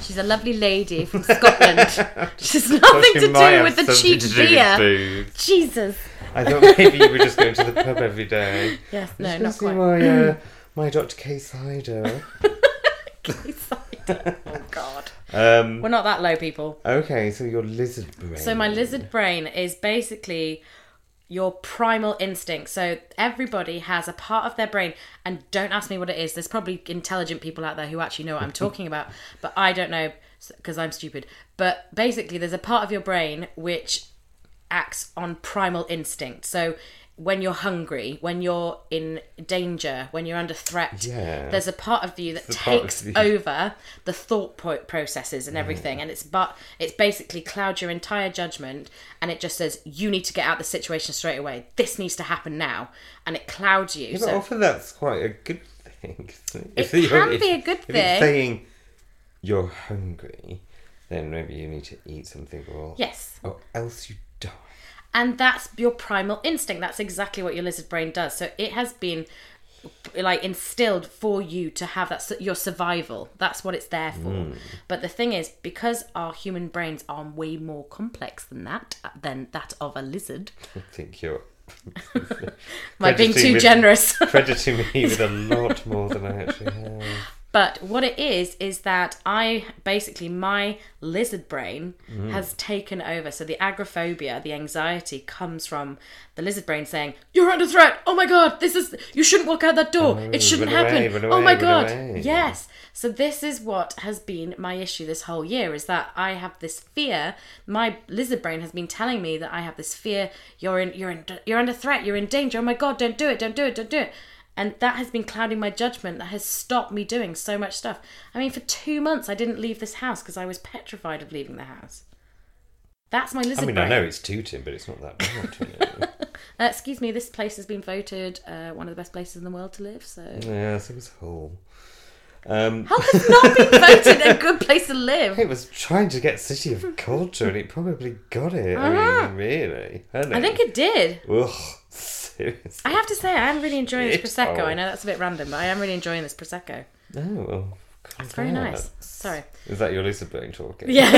Speaker 2: She's a lovely lady from Scotland. She's nothing to
Speaker 1: She might
Speaker 2: do
Speaker 1: have
Speaker 2: with the
Speaker 1: something
Speaker 2: cheap
Speaker 1: to do with
Speaker 2: beer.
Speaker 1: food.
Speaker 2: Jesus.
Speaker 1: I thought maybe you were just going to the pub every day.
Speaker 2: Yes.
Speaker 1: Just
Speaker 2: No.
Speaker 1: gonna
Speaker 2: Not
Speaker 1: see
Speaker 2: quite.
Speaker 1: My, uh, my Dr. K. Cider.
Speaker 2: He's like, oh God.
Speaker 1: Um,
Speaker 2: We're not that low, people.
Speaker 1: okay, so your lizard brain.
Speaker 2: So my lizard brain is basically your primal instinct. So everybody has a part of their brain, and don't ask me what it is. There's probably intelligent people out there who actually know what I'm talking about, but I don't know because I'm stupid. But basically, there's a part of your brain which acts on primal instinct. So when you're hungry, when you're in danger, when you're under threat,
Speaker 1: Yeah.
Speaker 2: there's a part of you that
Speaker 1: part of
Speaker 2: takes
Speaker 1: you.
Speaker 2: over the thought po- processes and everything and it's but it's basically clouds your entire judgment and it just says you need to get out the situation straight away this needs to happen now and it clouds you
Speaker 1: But
Speaker 2: so
Speaker 1: often that's quite a good thing. Isn't it If
Speaker 2: It
Speaker 1: you're-
Speaker 2: can
Speaker 1: if-
Speaker 2: be a good
Speaker 1: If it's
Speaker 2: thing.
Speaker 1: saying you're hungry, then maybe you need to eat something or
Speaker 2: yes
Speaker 1: or else you die.
Speaker 2: and that's your primal instinct that's exactly what your lizard brain does so it has been like instilled for you to have that su- your survival that's what it's there for but the thing is because our human brains are way more complex than that than that of a lizard
Speaker 1: I think you're
Speaker 2: my being
Speaker 1: Prejudicing
Speaker 2: too
Speaker 1: with-
Speaker 2: generous
Speaker 1: crediting me with a lot more than I actually have.
Speaker 2: But what it is is that I basically my lizard brain
Speaker 1: Mm.
Speaker 2: has taken over. So the agoraphobia, the anxiety comes from the lizard brain saying, "You're under threat. Oh my god, this is you shouldn't walk out that door. it shouldn't
Speaker 1: run away,
Speaker 2: happen.
Speaker 1: run
Speaker 2: oh
Speaker 1: away,
Speaker 2: my
Speaker 1: run
Speaker 2: god."
Speaker 1: away."
Speaker 2: Yes. So this is what has been my issue this whole year is that I have this fear. My lizard brain has been telling me that I have this fear. You're in you're in you're under threat. You're in danger. Oh my god, don't do it. Don't do it. Don't do it. And that has been clouding my judgment. That has stopped me doing so much stuff. I mean, for 2 months I didn't leave this house because I was petrified of leaving the house. That's my lizard
Speaker 1: I mean,
Speaker 2: brain.
Speaker 1: I know it's Tooting, but it's not that bad. you know.
Speaker 2: Uh, excuse me, this place has been voted uh, one of the best places in the world to live, so
Speaker 1: yeah, so it was whole. Um,
Speaker 2: Hell has not been voted a good place to live.
Speaker 1: it was trying to get City of Culture, and it probably got it. I mean, really?
Speaker 2: Uh-huh. I think it did.
Speaker 1: Ugh, seriously.
Speaker 2: I have to say, I am really enjoying this
Speaker 1: It's
Speaker 2: prosecco. I
Speaker 1: old.
Speaker 2: know that's a bit random, but I am really enjoying this prosecco.
Speaker 1: Oh, well.
Speaker 2: It's very nice. Sorry.
Speaker 1: Is that your lizard brain talking?
Speaker 2: Yeah.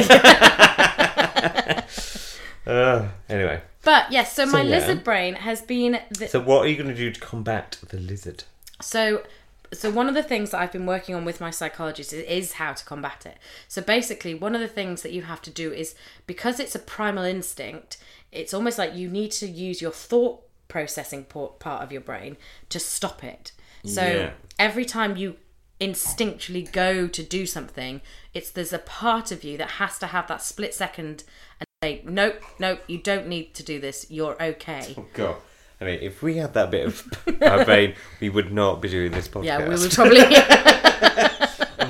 Speaker 1: Uh, anyway,
Speaker 2: but yes, so, my
Speaker 1: yeah.
Speaker 2: lizard brain has been the,
Speaker 1: so what are you going to do to combat the lizard?
Speaker 2: So, so one of the things that I've been working on with my psychologist is, is how to combat it. So basically, one of the things that you have to do is because it's a primal instinct, it's almost like you need to use your thought processing por- part of your brain to stop it. So
Speaker 1: Yeah.
Speaker 2: every time you instinctually go to do something, it's there's a part of you that has to have that split second and say, nope, nope, you don't need to do this. You're okay.
Speaker 1: God. I mean, if we had that bit of our brain, we would not be doing this podcast.
Speaker 2: Yeah, we would probably.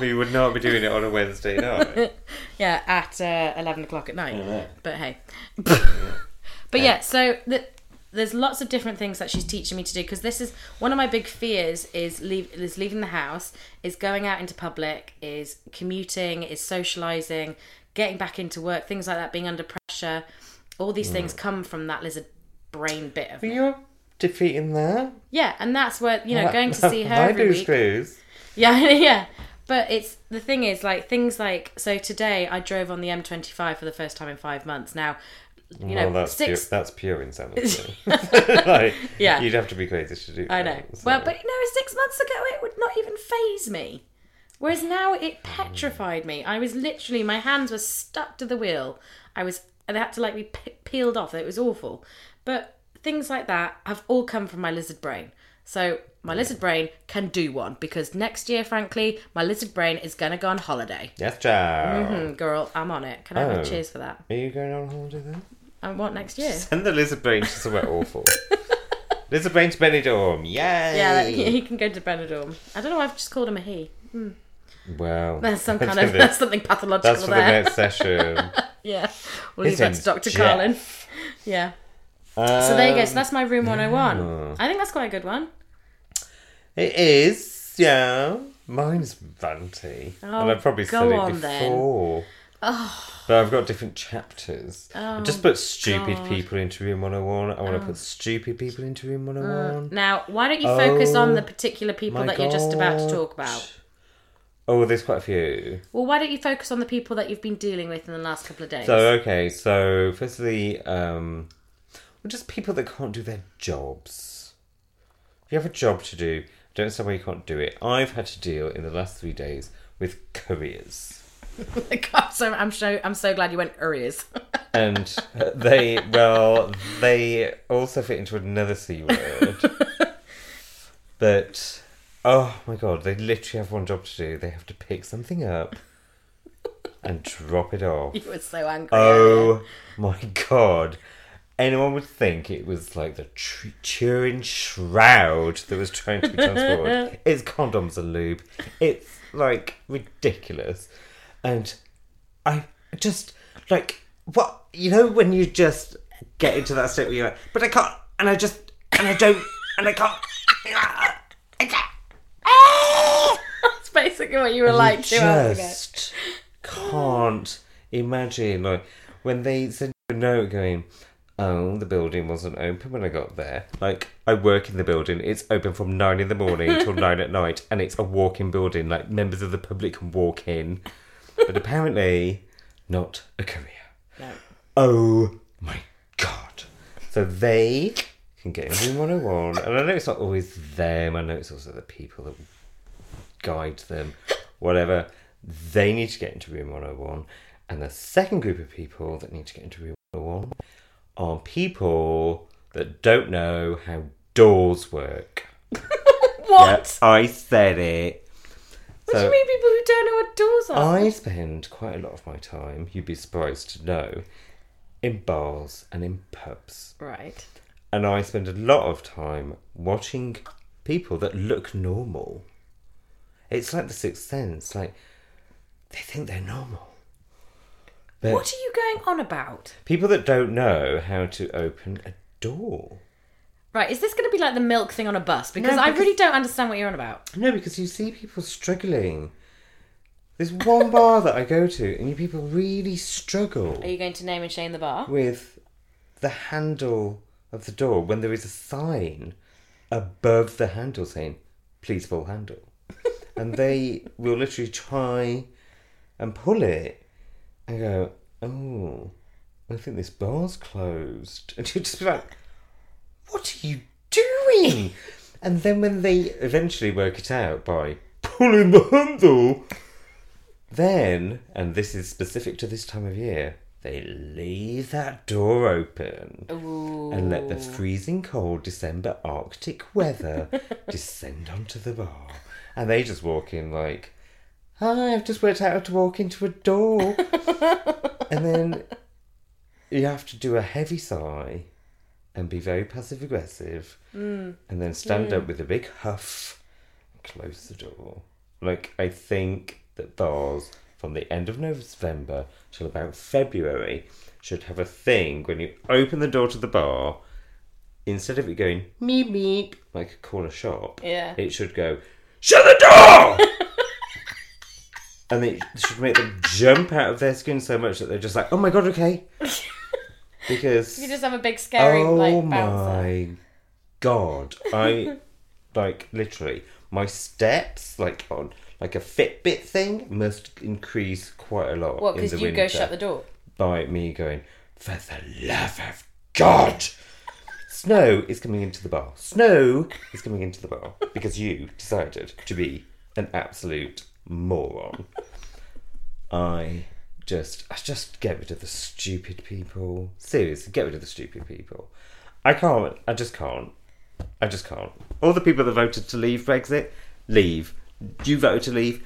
Speaker 1: we would not be doing it on a Wednesday night.
Speaker 2: Yeah, at uh, eleven o'clock at night.
Speaker 1: know.
Speaker 2: But hey, but yeah. So the, there's lots of different things that she's teaching me to do because this is one of my big fears is leave is leaving the house, is going out into public, is commuting, is socializing, getting back into work, things like that, being under pressure. All
Speaker 1: Mm.
Speaker 2: these things come from that lizard brain bit of me.
Speaker 1: You're defeating that.
Speaker 2: yeah, and that's where you know going to see her
Speaker 1: I
Speaker 2: every
Speaker 1: do
Speaker 2: week.
Speaker 1: screws.
Speaker 2: Yeah, yeah. But it's the thing is like things like so today I drove on the M25 for the first time in five months. Now, you know,
Speaker 1: well, that's pure,
Speaker 2: six.
Speaker 1: that's pure insanity. like,
Speaker 2: Yeah.
Speaker 1: you'd have to be crazy to do.
Speaker 2: I know.
Speaker 1: that, so-
Speaker 2: Well, but you know, six months ago it would not even phase me. Whereas now it petrified me. I was literally my hands were stuck to the wheel. I was and they had to like be pe- peeled off. It was awful. But things like that have all come from my lizard brain. So my lizard brain can do one because next year, frankly, my lizard brain is gonna go on holiday.
Speaker 1: yes, child.
Speaker 2: Mm, girl, I'm on it. Can I have
Speaker 1: Oh.
Speaker 2: a cheers for that?
Speaker 1: Are you going on holiday then?
Speaker 2: I want next year.
Speaker 1: Send the lizard brain to somewhere awful. lizard brain to Benidorm. Yay!
Speaker 2: Yeah, that, he, he can go to Benidorm. I don't know. why I've just called him a he.
Speaker 1: Wow.
Speaker 2: There's some kind
Speaker 1: for
Speaker 2: of
Speaker 1: the-
Speaker 2: that's something pathological
Speaker 1: that's for the
Speaker 2: there.
Speaker 1: next session.
Speaker 2: yeah, we'll leave
Speaker 1: His
Speaker 2: that to
Speaker 1: name's
Speaker 2: Doctor
Speaker 1: Jeff.
Speaker 2: Carlin. Yeah. So there you go. So
Speaker 1: Um,
Speaker 2: that's my room 101. I think that's quite a good one.
Speaker 1: It is, yeah. Mine's Vanty. and I've probably said
Speaker 2: Oh, go
Speaker 1: it
Speaker 2: on then. Oh.
Speaker 1: before. But I've got different chapters. I just put stupid
Speaker 2: God. Oh.
Speaker 1: people into room 101. I want to put stupid people into room
Speaker 2: Uh,
Speaker 1: 101.
Speaker 2: Now, why don't you focus on
Speaker 1: Oh,
Speaker 2: the particular people
Speaker 1: my
Speaker 2: that you're just about to
Speaker 1: God.
Speaker 2: talk about?
Speaker 1: Oh, there's quite a few.
Speaker 2: Well, why don't you focus on the people that you've been dealing with in the last couple of days?
Speaker 1: So, okay, so firstly, um, well, just people that can't do their jobs. If you have a job to do, I don't understand why you can't do it. I've had to deal in the last three days with couriers.
Speaker 2: God, so I'm so I'm so glad you went Urias.
Speaker 1: and they well they also fit into another c word that oh my god they literally have one job to do they have to pick something up and drop it off
Speaker 2: you were so angry. earlier.
Speaker 1: oh my god anyone would think it was like the tr- turin shroud that was trying to be transported it's condoms and lube it's like ridiculous and I just like what you know when you just get into that state where you're like, but I can't, and I just, and I don't, and I can't. I can't.
Speaker 2: That's basically what you were like two hours ago.
Speaker 1: just can't imagine like when they sent you a note going. Oh, the building wasn't open when I got there. Like, I work in the building. It's open from nine in the morning till nine at night, and it's a walk-in building. Like, members of the public can walk in, but apparently, not a career.
Speaker 2: No.
Speaker 1: Oh my god. So they can get in Room 101. And I know it's not always them, I know it's also the people that guide them, whatever. They need to get into Room 101. And the second group of people that need to get into Room 101 are people that don't know how doors work.
Speaker 2: What?
Speaker 1: I said it.
Speaker 2: What do you mean people who don't know what doors are?
Speaker 1: I spend quite a lot of my time, you'd be surprised to know, in bars and in pubs.
Speaker 2: right.
Speaker 1: and I spend a lot of time watching people that look normal. It's like the sixth sense, like they think they're normal. But
Speaker 2: What are you going on about?
Speaker 1: people that don't know how to open a door.
Speaker 2: Right, is this going to be like the milk thing on a bus? Because, I
Speaker 1: because-
Speaker 2: really don't understand what you're on about.
Speaker 1: No, because you see people struggling. There's one bar that I go to, and you people really struggle
Speaker 2: Are you going to name and shame the bar?
Speaker 1: with the handle of the door when there is a sign above the handle saying, please pull handle. and they will literally try and pull it and go, oh, I think this bar's closed. And you'll just be like, what are you doing? and then when they eventually work it out by pulling the handle, then, and this is specific to this time of year, they leave that door open
Speaker 2: Ooh.
Speaker 1: and let the freezing cold December Arctic weather descend onto the bar. And they just walk in like, Hi, I've just worked out how to walk into a door. and then you have to do a heavy sigh and be very passive aggressive and then stand up with a big huff and close the door. Like, I think that bars from the end of November till about February should have a thing when you open the door to the bar, instead of it going meep meep like a corner shop,
Speaker 2: Yeah.
Speaker 1: it should go shut the door. And it should make them jump out of their skin so much that they're just like, "Oh my god, okay." Because
Speaker 2: You just have a big scary like bouncer.
Speaker 1: Oh my god! I like literally my steps like on like a Fitbit thing must increase quite a lot.
Speaker 2: What?
Speaker 1: in
Speaker 2: Because
Speaker 1: the
Speaker 2: you
Speaker 1: winter
Speaker 2: go shut the door.
Speaker 1: by me going for the love of God. Snow is coming into the bar. Snow is coming into the bar because you decided to be an absolute moron. I just, I just get rid of the stupid people. Seriously, get rid of the stupid people. I can't. I just can't. I just can't. All the people that voted to leave Brexit, leave. You voted to leave,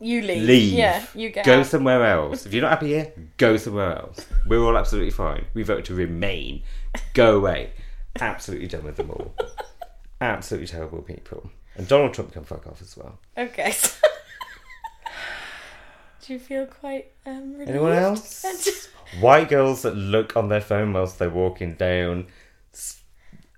Speaker 2: You leave.
Speaker 1: leave.
Speaker 2: Yeah, you get
Speaker 1: Go
Speaker 2: out.
Speaker 1: somewhere else. If you're not happy here, go somewhere else. We're all absolutely fine. We vote to remain. Go away. Absolutely done with them all. absolutely terrible people. And Donald Trump can fuck off as well.
Speaker 2: Okay. so- Do you feel quite um, relieved?
Speaker 1: Anyone else? White girls that look on their phone whilst they're walking down, s-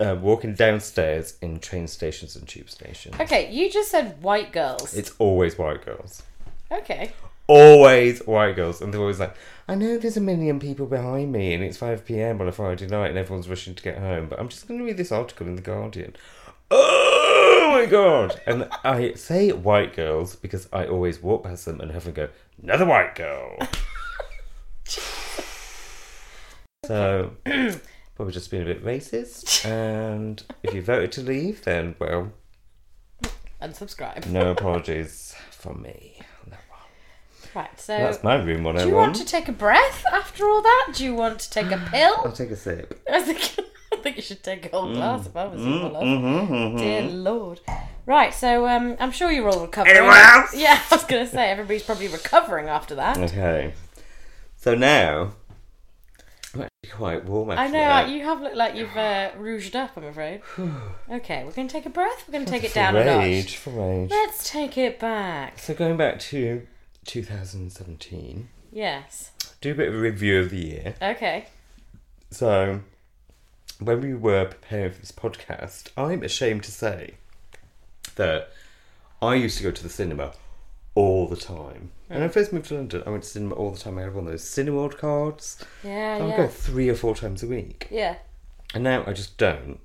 Speaker 1: uh, walking downstairs in train stations and tube stations.
Speaker 2: okay, you just said white girls.
Speaker 1: It's always white girls.
Speaker 2: okay.
Speaker 1: always white girls, and they're always like, I know there's a million people behind me, and it's 5 pm on a Friday night, and everyone's rushing to get home, but I'm just going to read this article in The Guardian. Oh my god! And I say white girls because I always walk past them and have them go, another white girl! so, probably just being a bit racist, and if you voted to leave, then, well,
Speaker 2: Unsubscribe.
Speaker 1: no apologies from me on that one.
Speaker 2: Right, so
Speaker 1: That's my room
Speaker 2: do you want
Speaker 1: 101.
Speaker 2: to take a breath after all that? Do you want to take a
Speaker 1: I'll
Speaker 2: pill?
Speaker 1: take a sip.
Speaker 2: I think, I think you should take a whole glass if I was you, my love.
Speaker 1: Mm-hmm,
Speaker 2: Dear Lord. Right, so um, I'm sure you're all recovering.
Speaker 1: Anyone else?
Speaker 2: Yeah, I was going to say, everybody's probably recovering after that.
Speaker 1: Okay. So now, I'm actually quite warm after
Speaker 2: I know,
Speaker 1: that.
Speaker 2: you have looked like you've uh, rouged up, I'm afraid. okay, we're going to take a breath. We're going to take it
Speaker 1: for
Speaker 2: down a notch.
Speaker 1: rage, for rage.
Speaker 2: Let's take it back.
Speaker 1: So going back to 2017,
Speaker 2: Yes.
Speaker 1: do a bit of a review of the year.
Speaker 2: Okay.
Speaker 1: So when we were preparing for this podcast, I'm ashamed to say that I used to go to the cinema all the time. When I first moved to London, I went to cinema all the time. I had one of those Cineworld cards.
Speaker 2: Yeah,
Speaker 1: I would
Speaker 2: Oh, yeah.
Speaker 1: go three or four times a week.
Speaker 2: Yeah.
Speaker 1: And now I just don't.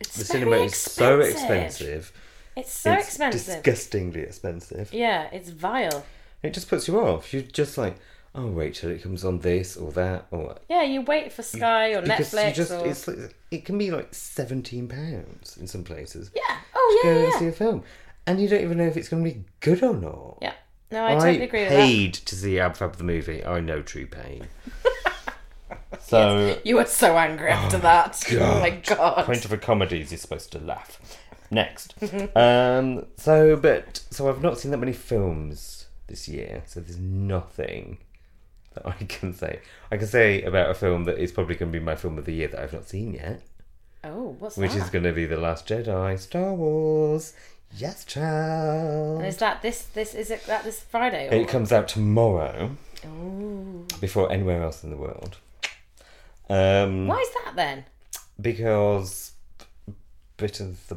Speaker 2: It's
Speaker 1: The
Speaker 2: very
Speaker 1: cinema is so expensive.
Speaker 2: It's so
Speaker 1: it's
Speaker 2: expensive.
Speaker 1: Disgustingly expensive.
Speaker 2: yeah, it's vile.
Speaker 1: It just puts you off. You're just like, oh, wait till it comes on this or that or
Speaker 2: Yeah, you wait for Sky or
Speaker 1: because
Speaker 2: Netflix
Speaker 1: you just
Speaker 2: or
Speaker 1: it's like, it can be like seventeen pounds in some places.
Speaker 2: yeah. Oh
Speaker 1: Go
Speaker 2: yeah,
Speaker 1: and
Speaker 2: yeah.
Speaker 1: see a film, and you don't even know if it's going to be good or not.
Speaker 2: Yeah. No, I totally agree with that.
Speaker 1: paid to see Ab Fab the movie. I know true pain. so
Speaker 2: You were so angry after that. Oh my god.
Speaker 1: point of a comedy is you're supposed to laugh. Next, um, so but so I've not seen that many films this year, so there's nothing that I can say. I can say about a film that is probably going to be my film of the year that I've not seen yet.
Speaker 2: Oh, what's
Speaker 1: Which
Speaker 2: that?
Speaker 1: is going to be the Last Jedi, Star Wars. Yes, child.
Speaker 2: And is that this? This is it? That this Friday? Or...
Speaker 1: It comes out tomorrow
Speaker 2: Ooh.
Speaker 1: before anywhere else in the world. Um,
Speaker 2: Why is that then?
Speaker 1: because bit of the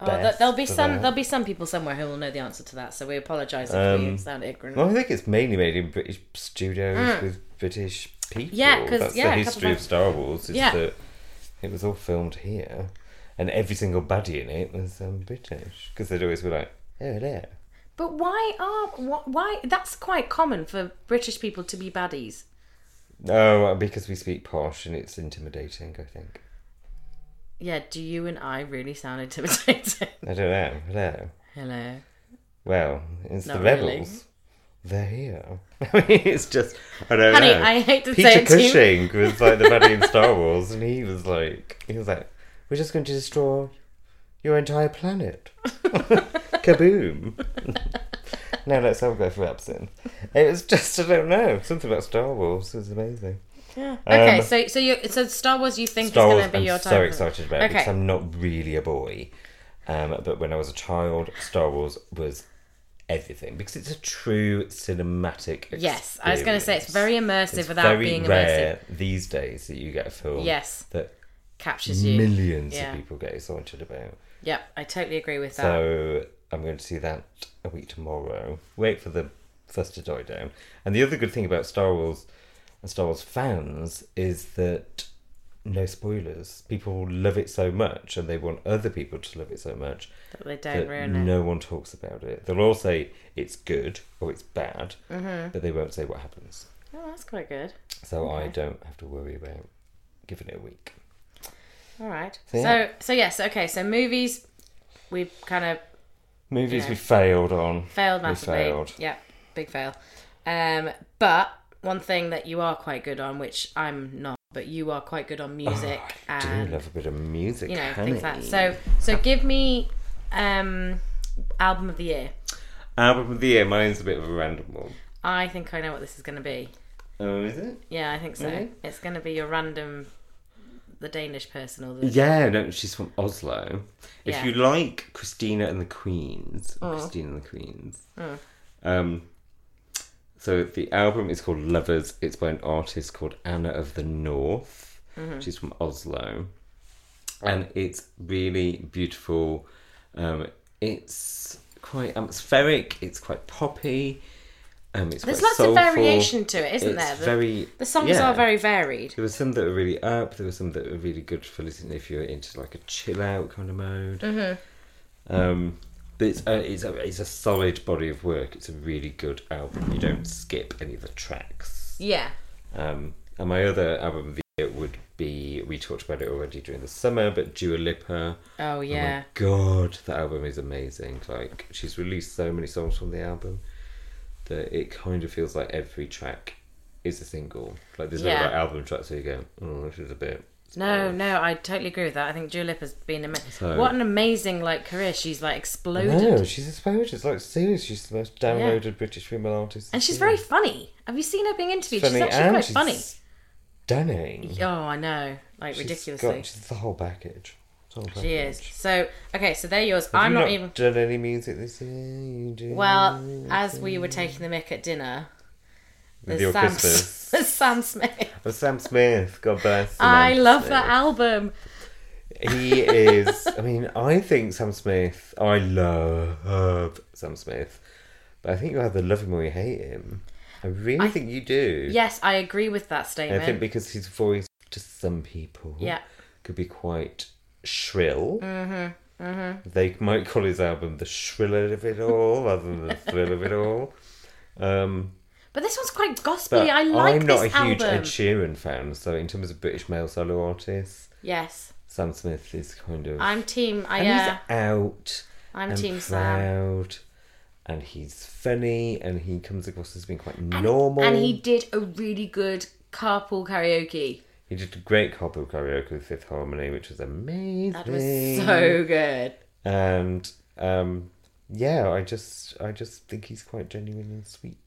Speaker 2: Oh, th-
Speaker 1: best
Speaker 2: there'll be
Speaker 1: for
Speaker 2: some.
Speaker 1: that.
Speaker 2: There'll be some people somewhere who will know the answer to that. So we apologise if we
Speaker 1: Um,
Speaker 2: sound ignorant.
Speaker 1: Well, I think it's mainly made in British studios with British people.
Speaker 2: Mm. Yeah, 'cause,
Speaker 1: that's
Speaker 2: yeah, a
Speaker 1: the
Speaker 2: couple
Speaker 1: history
Speaker 2: of-
Speaker 1: of Star Wars. Is
Speaker 2: Yeah.
Speaker 1: that it was all filmed here, and every single buddy in it was um, British because they'd always be like, "Oh, there."
Speaker 2: But why are wh- why? That's quite common for British people to be baddies.
Speaker 1: No, uh, because we speak posh and it's intimidating. I think.
Speaker 2: Yeah. Do you and I really sound intimidating?
Speaker 1: I don't know. Hello.
Speaker 2: Hello.
Speaker 1: Well, it's
Speaker 2: Not
Speaker 1: the
Speaker 2: really.
Speaker 1: rebels. They're here. I mean, it's just I don't
Speaker 2: Honey,
Speaker 1: know.
Speaker 2: I hate to say
Speaker 1: Peter
Speaker 2: it to you.
Speaker 1: Cushing was like the buddy in Star Wars, and he was like, he was like, we're just going to destroy your entire planet. Kaboom! now let's all go for absinthe. It was just I don't know something about Star Wars was amazing.
Speaker 2: Okay,
Speaker 1: Um,
Speaker 2: so so you so Star Wars you think
Speaker 1: Star
Speaker 2: is
Speaker 1: Wars,
Speaker 2: going to
Speaker 1: I'm
Speaker 2: be your
Speaker 1: so
Speaker 2: type of-
Speaker 1: excited about
Speaker 2: Okay.
Speaker 1: because I'm not really a boy. Um, but when I was a child, Star Wars was everything because it's a true cinematic.
Speaker 2: Yes, I was going to say it's
Speaker 1: experience.
Speaker 2: very immersive
Speaker 1: It's
Speaker 2: without
Speaker 1: very
Speaker 2: being
Speaker 1: rare these days that you get a
Speaker 2: immersive.
Speaker 1: film
Speaker 2: Yes,
Speaker 1: that
Speaker 2: captures you.
Speaker 1: millions
Speaker 2: Yeah.
Speaker 1: of people get excited about.
Speaker 2: Yep, I totally agree with that.
Speaker 1: So I'm going to see that a week tomorrow. Wait for the first to die down. And the other good thing about Star Wars and Star Wars fans is that no spoilers. People love it so much, and they want other people to love it so much
Speaker 2: But they don't
Speaker 1: that
Speaker 2: ruin it.
Speaker 1: no one talks about it. They'll all say it's good or it's bad,
Speaker 2: Mm-hmm.
Speaker 1: but they won't say what happens.
Speaker 2: Oh, that's quite good.
Speaker 1: So I don't have to worry about giving it a week.
Speaker 2: All right. So
Speaker 1: So,
Speaker 2: so,
Speaker 1: yeah.
Speaker 2: yes, okay. So movies, we kind of
Speaker 1: Movies
Speaker 2: Yeah.
Speaker 1: we failed on.
Speaker 2: failed
Speaker 1: We
Speaker 2: massively.
Speaker 1: failed.
Speaker 2: Yeah, big fail. Um, but one thing that you are quite good on, which I'm not, but you are quite good on music
Speaker 1: Oh, I
Speaker 2: and
Speaker 1: do love a bit of music.
Speaker 2: you know
Speaker 1: honey.
Speaker 2: things like that. So so give me um album of the year.
Speaker 1: Album of the year, mine's a bit of a random one.
Speaker 2: I think I know what this is going to be.
Speaker 1: Oh, is it?
Speaker 2: Yeah, I think so.
Speaker 1: Really?
Speaker 2: It's going to be your random, the Danish person or the
Speaker 1: Yeah, no, she's from Oslo. If
Speaker 2: Yeah. Mm.
Speaker 1: you like Christina and the Queens, or Christina and the Queens. Um, so the album is called Lovers. It's by an artist called Anna of the North.
Speaker 2: Mm-hmm.
Speaker 1: She's from Oslo, and it's really beautiful. Um, it's quite atmospheric. It's quite poppy. Um, it's
Speaker 2: There's
Speaker 1: quite
Speaker 2: lots
Speaker 1: soulful.
Speaker 2: of variation to it, isn't
Speaker 1: it's
Speaker 2: there? The,
Speaker 1: very
Speaker 2: the songs
Speaker 1: yeah.
Speaker 2: are very varied.
Speaker 1: There were some that were really up. There were some that were really good for listening if you're into like a chill out kind of mode. Um, but it's a, it's a it's a solid body of work. It's a really good album. You don't skip any of the tracks.
Speaker 2: Yeah.
Speaker 1: Um, and my other album of the year would be we talked about it already during the summer, but Dua Lipa.
Speaker 2: Oh
Speaker 1: Oh
Speaker 2: yeah.
Speaker 1: my god, that album is amazing. Like she's released so many songs from the album. that it kind of feels like every track is a single. Like there's
Speaker 2: Yeah.
Speaker 1: no like, album track, so you go, oh, this is a bit.
Speaker 2: No, no, I totally agree with that. I think Julep has been ama-
Speaker 1: So-
Speaker 2: what an amazing like career. She's like exploded,
Speaker 1: No, she's exposed. It's like serious. She's the most downloaded British female artist.
Speaker 2: and
Speaker 1: this
Speaker 2: she's
Speaker 1: year.
Speaker 2: very funny. Have you seen her being interviewed?
Speaker 1: Funny
Speaker 2: she's actually
Speaker 1: and
Speaker 2: quite
Speaker 1: she's
Speaker 2: funny.
Speaker 1: Stunning.
Speaker 2: Oh, I know, like
Speaker 1: She's
Speaker 2: ridiculously.
Speaker 1: got- she's the whole package. The whole
Speaker 2: she is.
Speaker 1: package.
Speaker 2: So okay, so they're yours.
Speaker 1: Have
Speaker 2: I'm
Speaker 1: you
Speaker 2: not, even.
Speaker 1: done any music this year. You do.
Speaker 2: Well, as we were taking the mic at dinner,
Speaker 1: With
Speaker 2: there's
Speaker 1: your
Speaker 2: Sam,
Speaker 1: Christmas.
Speaker 2: there's Sam Smith.
Speaker 1: Oh, Sam Smith, God bless. the
Speaker 2: I
Speaker 1: man
Speaker 2: love
Speaker 1: Smith.
Speaker 2: that album.
Speaker 1: He is. I mean, I think Sam Smith. I love Sam Smith, but I think you either love him or you hate him. I really think you do.
Speaker 2: Yes, I agree with that
Speaker 1: And I think
Speaker 2: statement.
Speaker 1: because his voice to some people
Speaker 2: Yeah.
Speaker 1: could be quite shrill. Mm-hmm. Mm-hmm. They might call his album the Shriller of It All rather than the Thrill of It All. Um,
Speaker 2: But this one's quite
Speaker 1: but
Speaker 2: gospely. I like
Speaker 1: I'm not
Speaker 2: this
Speaker 1: a huge
Speaker 2: album.
Speaker 1: Ed Sheeran fan, so in terms of British male solo artists,
Speaker 2: yes,
Speaker 1: Sam Smith is kind of.
Speaker 2: I'm team. I uh,
Speaker 1: and
Speaker 2: yeah,
Speaker 1: he's out.
Speaker 2: I'm
Speaker 1: and
Speaker 2: team Sam.
Speaker 1: proud, and he's funny, and he comes across as being quite normal.
Speaker 2: And he did a really good carpool karaoke.
Speaker 1: He did a great couple karaoke with Fifth Harmony, which was amazing.
Speaker 2: That was so good.
Speaker 1: And um, yeah, I just I just think he's quite genuine and sweet,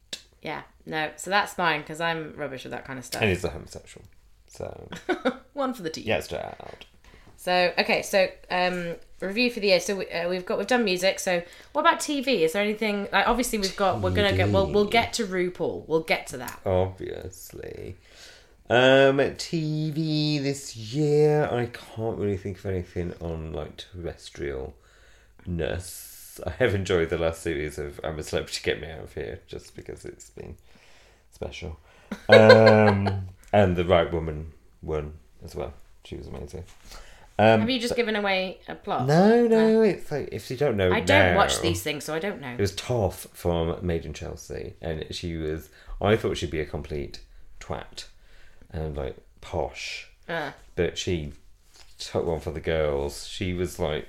Speaker 2: Yeah, no, so that's mine because I'm rubbish with that kind of
Speaker 1: and
Speaker 2: stuff.
Speaker 1: he's a homosexual. So
Speaker 2: One for the team.
Speaker 1: yeah, it's out.
Speaker 2: So okay, so um, review for the year. So we, uh, we've got we've done music. So what about TV? Is there anything like obviously we've got we're gonna get we'll we'll get to RuPaul. We'll get to that.
Speaker 1: Obviously. Um, TV this year, I can't really think of anything on like terrestrial ness. I have enjoyed the last series of I'm a Celebrity Get Me Out of Here just because it's been special. Um, and the right woman won as well. She was amazing.
Speaker 2: Have you just given away a plot?
Speaker 1: Um, No, no, it's like if you don't know,
Speaker 2: I don't
Speaker 1: now-
Speaker 2: watch these things, so I don't know.
Speaker 1: it was Toff from Made in Chelsea, and she was. I thought she'd be a complete twat and like posh,
Speaker 2: Uh,
Speaker 1: but she took one for the girls. She was like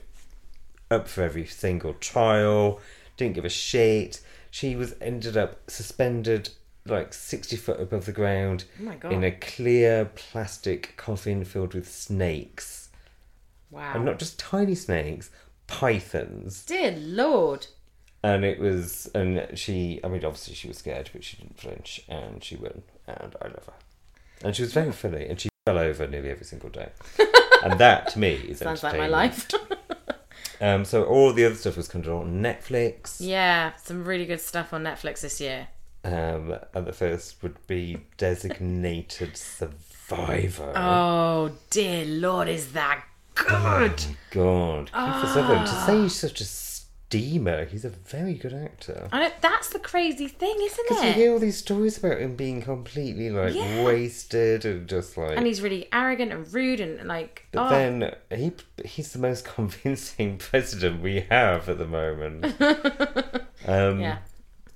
Speaker 1: up for every single trial, didn't give a shit. She was ended up suspended like sixty foot above the ground
Speaker 2: oh my god!
Speaker 1: in a clear plastic coffin filled with snakes,
Speaker 2: wow.
Speaker 1: and not just tiny snakes, pythons.
Speaker 2: Dear Lord.
Speaker 1: And it was, and she, I mean, obviously she was scared, but she didn't flinch, and she won, and I love her. And she was very funny, and she fell over nearly every single day. and that, to me, is
Speaker 2: Sounds like my
Speaker 1: entertainment.
Speaker 2: life.
Speaker 1: Um, so all the other stuff was kind of on Netflix.
Speaker 2: yeah, some really good stuff on Netflix this year.
Speaker 1: Um, and the first would be Designated Survivor.
Speaker 2: Oh dear Lord, is that good?
Speaker 1: Oh, God,
Speaker 2: Ah.
Speaker 1: Kiefer Sutherland. To say he's such a steamer, he's a very good actor.
Speaker 2: I know that's the crazy thing, isn't
Speaker 1: Because you
Speaker 2: it?
Speaker 1: hear all these stories about him being completely like
Speaker 2: Yeah.
Speaker 1: wasted and just like
Speaker 2: And he's really arrogant and rude and like
Speaker 1: But
Speaker 2: oh,
Speaker 1: then he he's the most convincing president we have at the moment. um,
Speaker 2: yeah.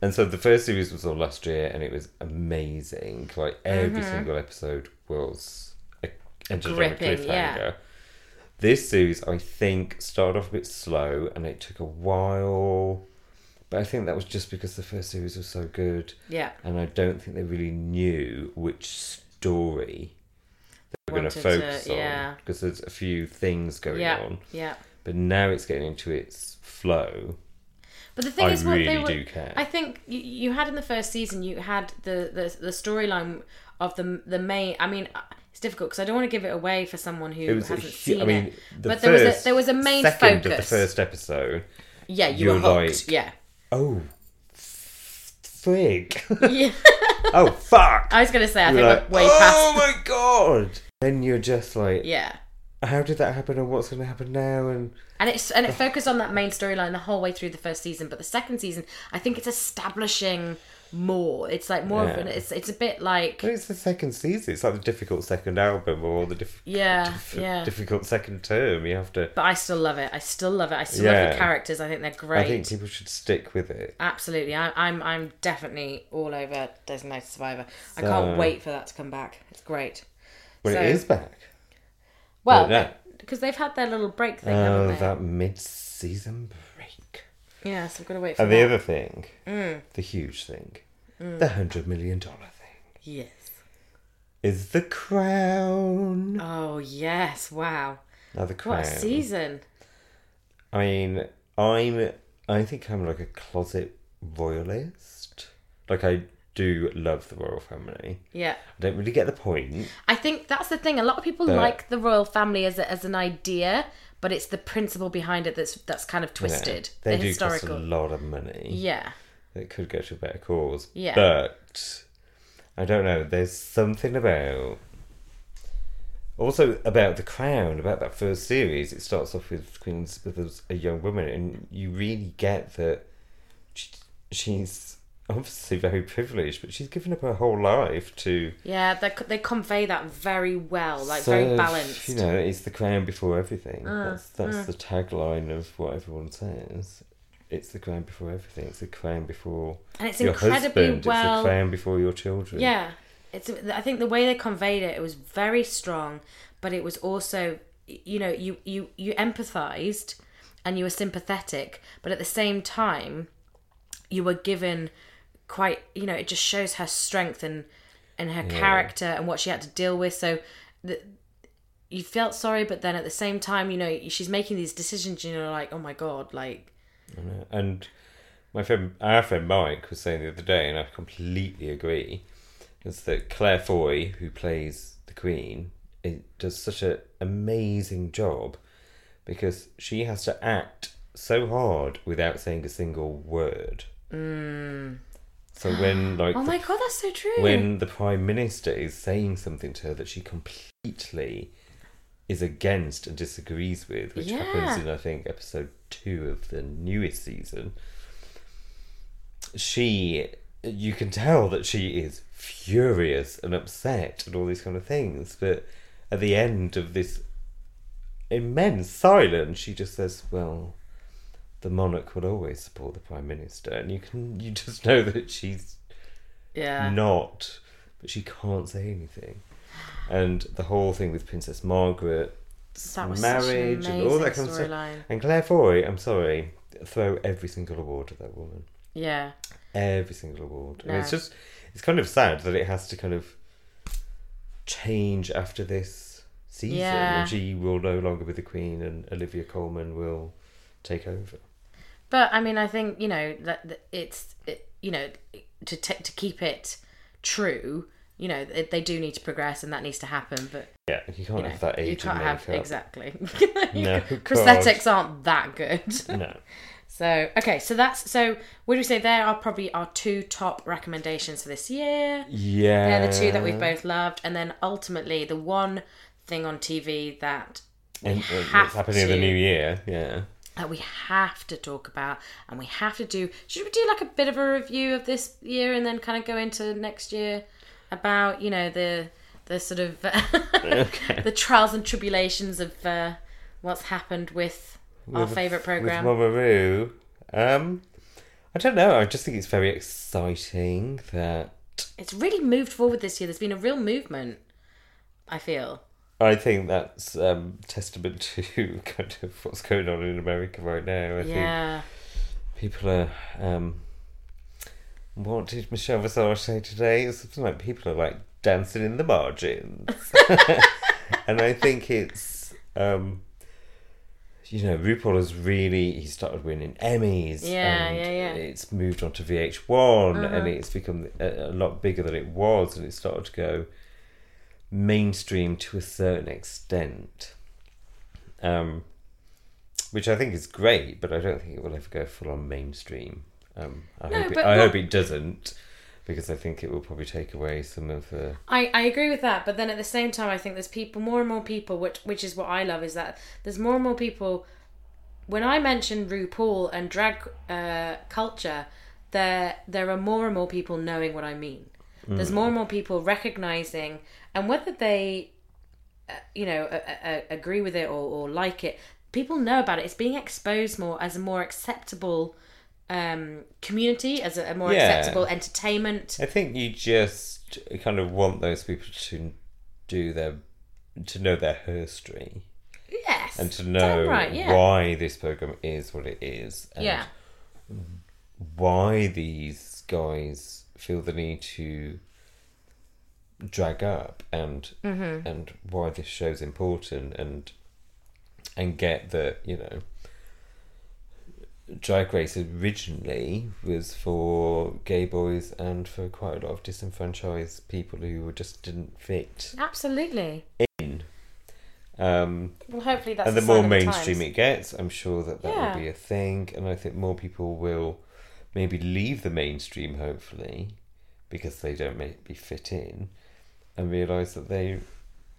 Speaker 1: And so the first series was on last year, and it was amazing. Like every
Speaker 2: Mm-hmm.
Speaker 1: single episode was a, ended on a
Speaker 2: Gripping,
Speaker 1: cliffhanger.
Speaker 2: yeah.
Speaker 1: This series, I think, started off a bit slow, and it took a while. But I think that was just because the first series was so good,
Speaker 2: Yeah.
Speaker 1: and I don't think they really knew which story they were going to
Speaker 2: Wanted to-
Speaker 1: focus
Speaker 2: yeah.
Speaker 1: on because there's a few things going
Speaker 2: Yeah.
Speaker 1: on.
Speaker 2: Yeah.
Speaker 1: But now it's getting into its flow.
Speaker 2: But the thing
Speaker 1: I
Speaker 2: is what they
Speaker 1: really
Speaker 2: were
Speaker 1: do care.
Speaker 2: I think you, you had in the first season you had the the, the storyline of the the main I mean uh, it's difficult because I don't want to give it away for someone who
Speaker 1: It was, a
Speaker 2: hasn't
Speaker 1: hu-
Speaker 2: seen
Speaker 1: I mean,
Speaker 2: it.
Speaker 1: the
Speaker 2: but
Speaker 1: first,
Speaker 2: there was a there was a main
Speaker 1: second
Speaker 2: focus.
Speaker 1: of the first episode.
Speaker 2: yeah, you
Speaker 1: you're
Speaker 2: were hooked.
Speaker 1: like-
Speaker 2: Yeah.
Speaker 1: Oh, frig!
Speaker 2: Yeah.
Speaker 1: oh, fuck!
Speaker 2: I was gonna say I think
Speaker 1: You're like,
Speaker 2: we're way
Speaker 1: oh
Speaker 2: past
Speaker 1: my god! Then you're just like,
Speaker 2: Yeah.
Speaker 1: how did that happen, and what's going to happen now? And
Speaker 2: And it's
Speaker 1: Oh.
Speaker 2: and it focused on that main storyline the whole way through the first season, but the second season, I think it's establishing more. It's like more of an
Speaker 1: Yeah.
Speaker 2: it's it's a bit like
Speaker 1: but it's the second season. It's like the difficult second album, or the diff-
Speaker 2: yeah,
Speaker 1: diff-
Speaker 2: yeah.
Speaker 1: difficult second term. You have to.
Speaker 2: But I still love it. I still love it. I still love
Speaker 1: Yeah.
Speaker 2: the characters. I think they're great.
Speaker 1: I think people should stick with it.
Speaker 2: Absolutely. I, I'm I'm definitely all over Designated Survivor. I
Speaker 1: So-
Speaker 2: can't wait for that to come back. It's great.
Speaker 1: Well,
Speaker 2: So-
Speaker 1: it is back.
Speaker 2: Well,
Speaker 1: But yeah.
Speaker 2: because they've had their little break thing,
Speaker 1: Oh,
Speaker 2: haven't they?
Speaker 1: that mid-season break.
Speaker 2: Yeah, so I've got to wait for
Speaker 1: And the
Speaker 2: that. Mm.
Speaker 1: other thing, the huge thing, the hundred million dollar thing
Speaker 2: Yes.
Speaker 1: is the crown.
Speaker 2: Oh yes! Wow.
Speaker 1: Now the
Speaker 2: What
Speaker 1: crown.
Speaker 2: a season.
Speaker 1: I mean, I'm. I think I'm like a closet royalist. Like I do love the royal family.
Speaker 2: Yeah.
Speaker 1: I don't really get the point.
Speaker 2: I think that's the thing. A lot of people
Speaker 1: But-
Speaker 2: like the royal family as a, as an idea, but it's the principle behind it that's that's kind of
Speaker 1: you know.
Speaker 2: twisted.
Speaker 1: They
Speaker 2: the
Speaker 1: do
Speaker 2: historical.
Speaker 1: cost a lot of money.
Speaker 2: Yeah.
Speaker 1: It could go to a better cause.
Speaker 2: Yeah.
Speaker 1: But I don't know. There's something about. Also about the crown, about that first series, it starts off with Queen Elizabeth as a young woman, and you really get that she, she's obviously very privileged, but she's given up her whole life to
Speaker 2: Yeah. They they convey that very well, like very
Speaker 1: serve,
Speaker 2: balanced. Uh,
Speaker 1: You know, it's the crown before everything. that's that's the tagline of what everyone says. It's the crown before everything. It's the crown before
Speaker 2: and it's
Speaker 1: your
Speaker 2: incredibly
Speaker 1: husband. It's
Speaker 2: well.
Speaker 1: the crown before your children.
Speaker 2: Yeah, it's. I think the way they conveyed it, it was very strong, but it was also, you know, you you you empathized, and you were sympathetic, but at the same time, you were given quite. You know, it just shows her strength and and her character and what she had to deal with. So. The, you felt sorry, but then at the same time, you know she's making these decisions. You know, like oh my god, like
Speaker 1: And my friend, our friend Mike was saying the other day, and I completely agree, is that Claire Foy, who plays the Queen, it does such an amazing job because she has to act so hard without saying a single word. Mm. So when like
Speaker 2: oh
Speaker 1: the
Speaker 2: my god, that's so true.
Speaker 1: when the prime minister is saying something to her that she completely is against and disagrees with, which happens
Speaker 2: Yeah.
Speaker 1: in I think episode two of the newest season, she you can tell that she is furious and upset and all these kind of things, but at the end of this immense silence, she just says, "Well." The monarch will always support the prime minister, and you can you just know that she's
Speaker 2: yeah,
Speaker 1: not, but she can't say anything. And the whole thing with Princess Margaret,
Speaker 2: that was
Speaker 1: marriage,
Speaker 2: such an
Speaker 1: and all that
Speaker 2: amazing
Speaker 1: kind of stuff.
Speaker 2: storyline.
Speaker 1: And Claire Foy, I'm sorry, throw every single award at that woman.
Speaker 2: Yeah,
Speaker 1: Every single award. I mean, it's
Speaker 2: No.
Speaker 1: just, it's kind of sad that it has to kind of change after this season.
Speaker 2: Yeah.
Speaker 1: And she will no longer be the queen, and Olivia Coleman will take over.
Speaker 2: But I mean, I think you know that that it's it, you know to t- to keep it true. You know they- they do need to progress, and that needs to happen. But
Speaker 1: Yeah, you can't
Speaker 2: you, know,
Speaker 1: have that
Speaker 2: you
Speaker 1: age
Speaker 2: can't
Speaker 1: and
Speaker 2: have
Speaker 1: makeup.
Speaker 2: exactly.
Speaker 1: No,
Speaker 2: prosthetics aren't that good.
Speaker 1: No.
Speaker 2: so okay, so that's so. Would we say there are probably our two top recommendations for this year?
Speaker 1: Yeah.
Speaker 2: They're the two that we've both loved, and then ultimately the one thing on TV that
Speaker 1: and, and
Speaker 2: have
Speaker 1: It's happening in the
Speaker 2: to.
Speaker 1: new year. Yeah.
Speaker 2: that we have to talk about and we have to do should we do like a bit of a review of this year and then kind of go into next year about you know the the sort of the trials and tribulations of uh, what's happened with, our favorite program
Speaker 1: With Mama Moo. Um, I don't know. I just think it's very exciting that
Speaker 2: it's really moved forward this year there's been a real movement i feel
Speaker 1: I think that's um, testament to kind of what's going on in America right now. I
Speaker 2: yeah
Speaker 1: think people are. Um, what did Michelle Visage say today? It's something like people are like dancing in the margins, and I think it's. Um, you know, RuPaul has really he started winning Emmys.
Speaker 2: Yeah,
Speaker 1: and
Speaker 2: yeah, Uh-huh. yeah.
Speaker 1: It's moved on to VH1, and it's become a, a lot bigger than it was, and it started to go mainstream to a certain extent. Um, which I think is great, but I don't think it will ever go full on mainstream. Um, I, hope, it,
Speaker 2: but
Speaker 1: I
Speaker 2: what-
Speaker 1: hope it doesn't, because I think it will probably take away some of the.
Speaker 2: I, I agree with that, but then at the same time, I think there's people, more and more people, which which is what I love, is that there's more and more people. When I mention RuPaul and drag uh, culture, there there are more and more people knowing what I mean. There's more and more people recognizing, and whether they, uh, you know, uh, uh, agree with it or, or like it, people know about it. It's being exposed more as a more acceptable um, community, as a, a more
Speaker 1: Yeah.
Speaker 2: acceptable entertainment.
Speaker 1: I think you just kind of want those people to do their. to know their history.
Speaker 2: Yes,
Speaker 1: and to know
Speaker 2: right, yeah.
Speaker 1: why this program is what it is and
Speaker 2: yeah.
Speaker 1: why these guys feel the need to drag up and and why this show's important and and get that you know drag race originally was for gay boys and for quite a lot of disenfranchised people who were- just didn't fit
Speaker 2: Absolutely.
Speaker 1: in um
Speaker 2: Well, hopefully that's
Speaker 1: and the
Speaker 2: a
Speaker 1: more
Speaker 2: sign of
Speaker 1: mainstream
Speaker 2: times.
Speaker 1: it gets, I'm sure that that
Speaker 2: Yeah.
Speaker 1: will be a thing, and I think more people will maybe leave the mainstream, hopefully, because they don't maybe fit in, and realise that they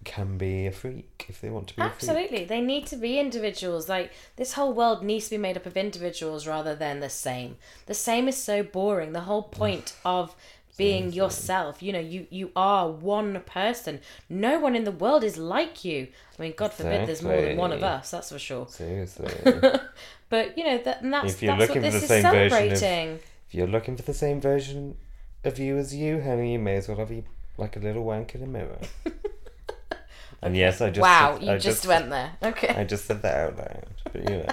Speaker 1: can be a freak if they want to be. A freak.
Speaker 2: Absolutely. They need to be individuals. Like this whole world needs to be made up of individuals rather than the same. The same is so boring. The whole point of being yourself, you know, you you are one person. No one in the world is like you. I mean, God forbid there's more than one of
Speaker 1: Exactly.
Speaker 2: us, that's for sure.
Speaker 1: Seriously,
Speaker 2: But you know, that and that's
Speaker 1: If you're
Speaker 2: that's what
Speaker 1: looking for
Speaker 2: this
Speaker 1: the
Speaker 2: is
Speaker 1: same version of-
Speaker 2: celebrating.
Speaker 1: if you're looking for the same version of you as you, honey, you may as well have you like a little wank in a mirror. and yes, I just
Speaker 2: Wow,
Speaker 1: said-
Speaker 2: you
Speaker 1: I
Speaker 2: just, went there. Okay.
Speaker 1: I just said that out loud, but you know,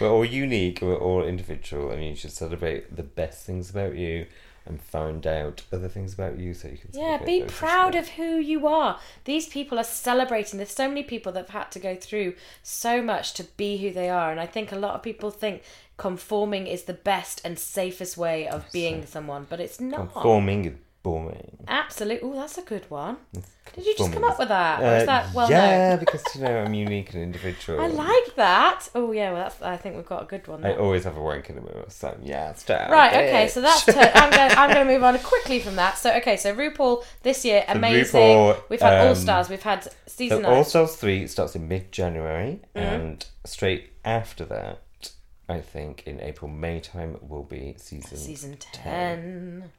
Speaker 1: we're all unique, we're all individual, and you should celebrate the best things about you and find out other things about you so you can.
Speaker 2: Yeah,
Speaker 1: celebrate
Speaker 2: be
Speaker 1: those as
Speaker 2: proud
Speaker 1: well.
Speaker 2: of who you are. These people are celebrating. There's so many people that have had to go through so much to be who they are. And I think a lot of people think conforming is the best and safest way of being someone, but it's not.
Speaker 1: Conforming is boring.
Speaker 2: Absolutely. Oh, that's a good one. Did you just come
Speaker 1: Conforming
Speaker 2: up with that? Or
Speaker 1: Uh,
Speaker 2: is that well
Speaker 1: yeah,
Speaker 2: known?
Speaker 1: because you know I'm unique and individual.
Speaker 2: I like that. Oh, yeah, well, that's, I think we've got a good one
Speaker 1: I
Speaker 2: there.
Speaker 1: always have a wank in the mirror, so yeah, stop.
Speaker 2: Right, okay, so
Speaker 1: bitch.
Speaker 2: that's. T- I'm going to I'm gonna move on quickly from that. So, okay, so RuPaul this year, amazing.
Speaker 1: RuPaul,
Speaker 2: we've had All
Speaker 1: um,
Speaker 2: Stars, we've had Season
Speaker 1: So
Speaker 2: 9.
Speaker 1: All Stars 3 starts in mid January,
Speaker 2: Mm-hmm.
Speaker 1: and straight after that, I think in April, May time, will be season,
Speaker 2: season 10.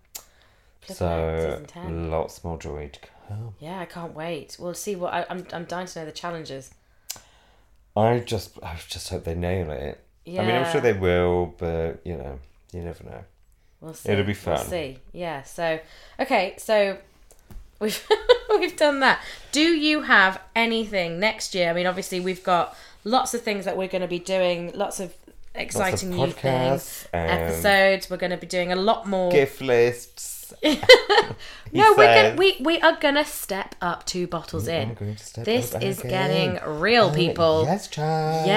Speaker 2: Flipping heck,
Speaker 1: So
Speaker 2: season 10.
Speaker 1: lots more joy to come.
Speaker 2: Yeah, I can't wait. We'll see what I, I'm. I'm dying to know the challenges.
Speaker 1: I just, I just hope they nail it. I mean, I'm
Speaker 2: Yeah.
Speaker 1: sure they will, but you know, you never know.
Speaker 2: We'll see.
Speaker 1: It'll be
Speaker 2: We'll
Speaker 1: fun.
Speaker 2: see. Yeah. So, okay. So, we've we've done that. Do you have anything next year? I mean, obviously, we've got lots of things that we're going to be doing. Lots of exciting new things.
Speaker 1: podcasts and-
Speaker 2: Episodes. We're going to be doing a lot more.
Speaker 1: Gift lists.
Speaker 2: no, we're gonna, we we are going to step up two bottles in. This is getting real, people.
Speaker 1: Oh, Yes, child. Oh.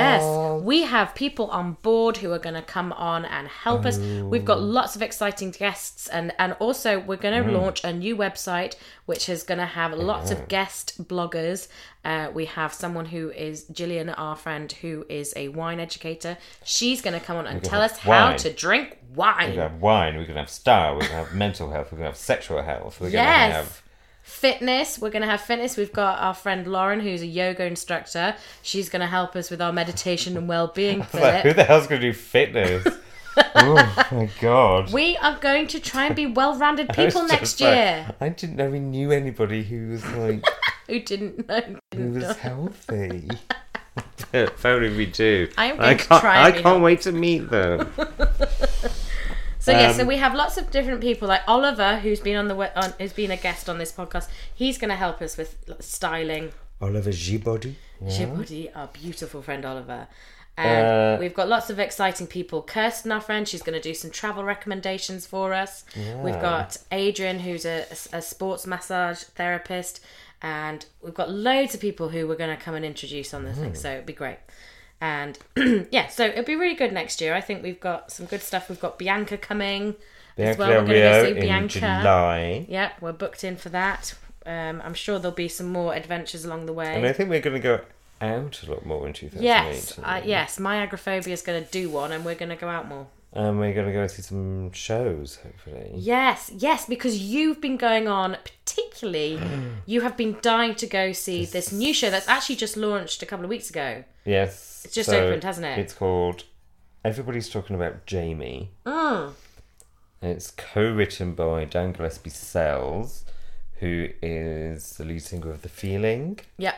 Speaker 2: Yes, we have people on board who are going to come on and help us. We've
Speaker 1: Oh.
Speaker 2: got lots of exciting guests, and and also we're going
Speaker 1: Mm.
Speaker 2: to launch a new website which is going to have lots of guest bloggers. Uh, we have someone who is Gillian, our friend, who is a wine educator. She's going to come on and tell
Speaker 1: have
Speaker 2: us how
Speaker 1: wine.
Speaker 2: to drink
Speaker 1: We're
Speaker 2: wine,
Speaker 1: gonna have wine. We're gonna have style. We're gonna have mental health. We're gonna have sexual health. We're
Speaker 2: Yes.
Speaker 1: gonna have
Speaker 2: fitness. We're going to have fitness. We've got our friend Lauren, who's a yoga instructor. She's going to help us with our meditation and well being.
Speaker 1: Like, who the hell's gonna do fitness? oh my god.
Speaker 2: We are going to try and be well-rounded people
Speaker 1: It's
Speaker 2: next
Speaker 1: just like,
Speaker 2: year.
Speaker 1: I didn't know we knew anybody who was like
Speaker 2: Who didn't know?
Speaker 1: who was healthy. if only we do.
Speaker 2: I am
Speaker 1: I
Speaker 2: going to
Speaker 1: can't,
Speaker 2: try
Speaker 1: I
Speaker 2: and be
Speaker 1: can't wait to meet them.
Speaker 2: So yeah, so
Speaker 1: Um,
Speaker 2: we have lots of different people. Like Oliver, who's been on the we- on, who's been a guest on this podcast. He's going to help us with styling.
Speaker 1: Oliver G-Body.
Speaker 2: Shibudi, our beautiful friend Oliver. And
Speaker 1: Mm. Uh,
Speaker 2: we've got lots of exciting people. Kirsten, our friend, she's going to do some travel recommendations for us. We've
Speaker 1: Yeah.
Speaker 2: got Adrian, who's a, a sports massage therapist. And we've got loads of people who we're going to come and introduce on this thing.
Speaker 1: Mm.
Speaker 2: So it'd be great. And yeah, so it'll be really good next year. I think we've got some good stuff. We've got Bianca coming as
Speaker 1: Bianca
Speaker 2: well.
Speaker 1: Del
Speaker 2: We're going to go
Speaker 1: Rio
Speaker 2: see
Speaker 1: in
Speaker 2: Bianca.
Speaker 1: July.
Speaker 2: Yep, we're booked in for that. Um, I'm sure there'll be some more adventures along the way.
Speaker 1: And I think we're going to go out a lot more in 2018.
Speaker 2: Yes, uh, yes. My agoraphobia is going to do one, and we're going to go out more.
Speaker 1: And we're going to go see some shows, hopefully.
Speaker 2: Yes, yes, because you've been going on. Particularly, you have been dying to go see this new show that's actually just launched a couple of weeks ago.
Speaker 1: Yes.
Speaker 2: It's just opened, hasn't it?
Speaker 1: It's called Everybody's Talking About Jamie. Mm. And it's co written by Dan Gillespie Sells, who is the lead singer of The Feeling.
Speaker 2: Yep.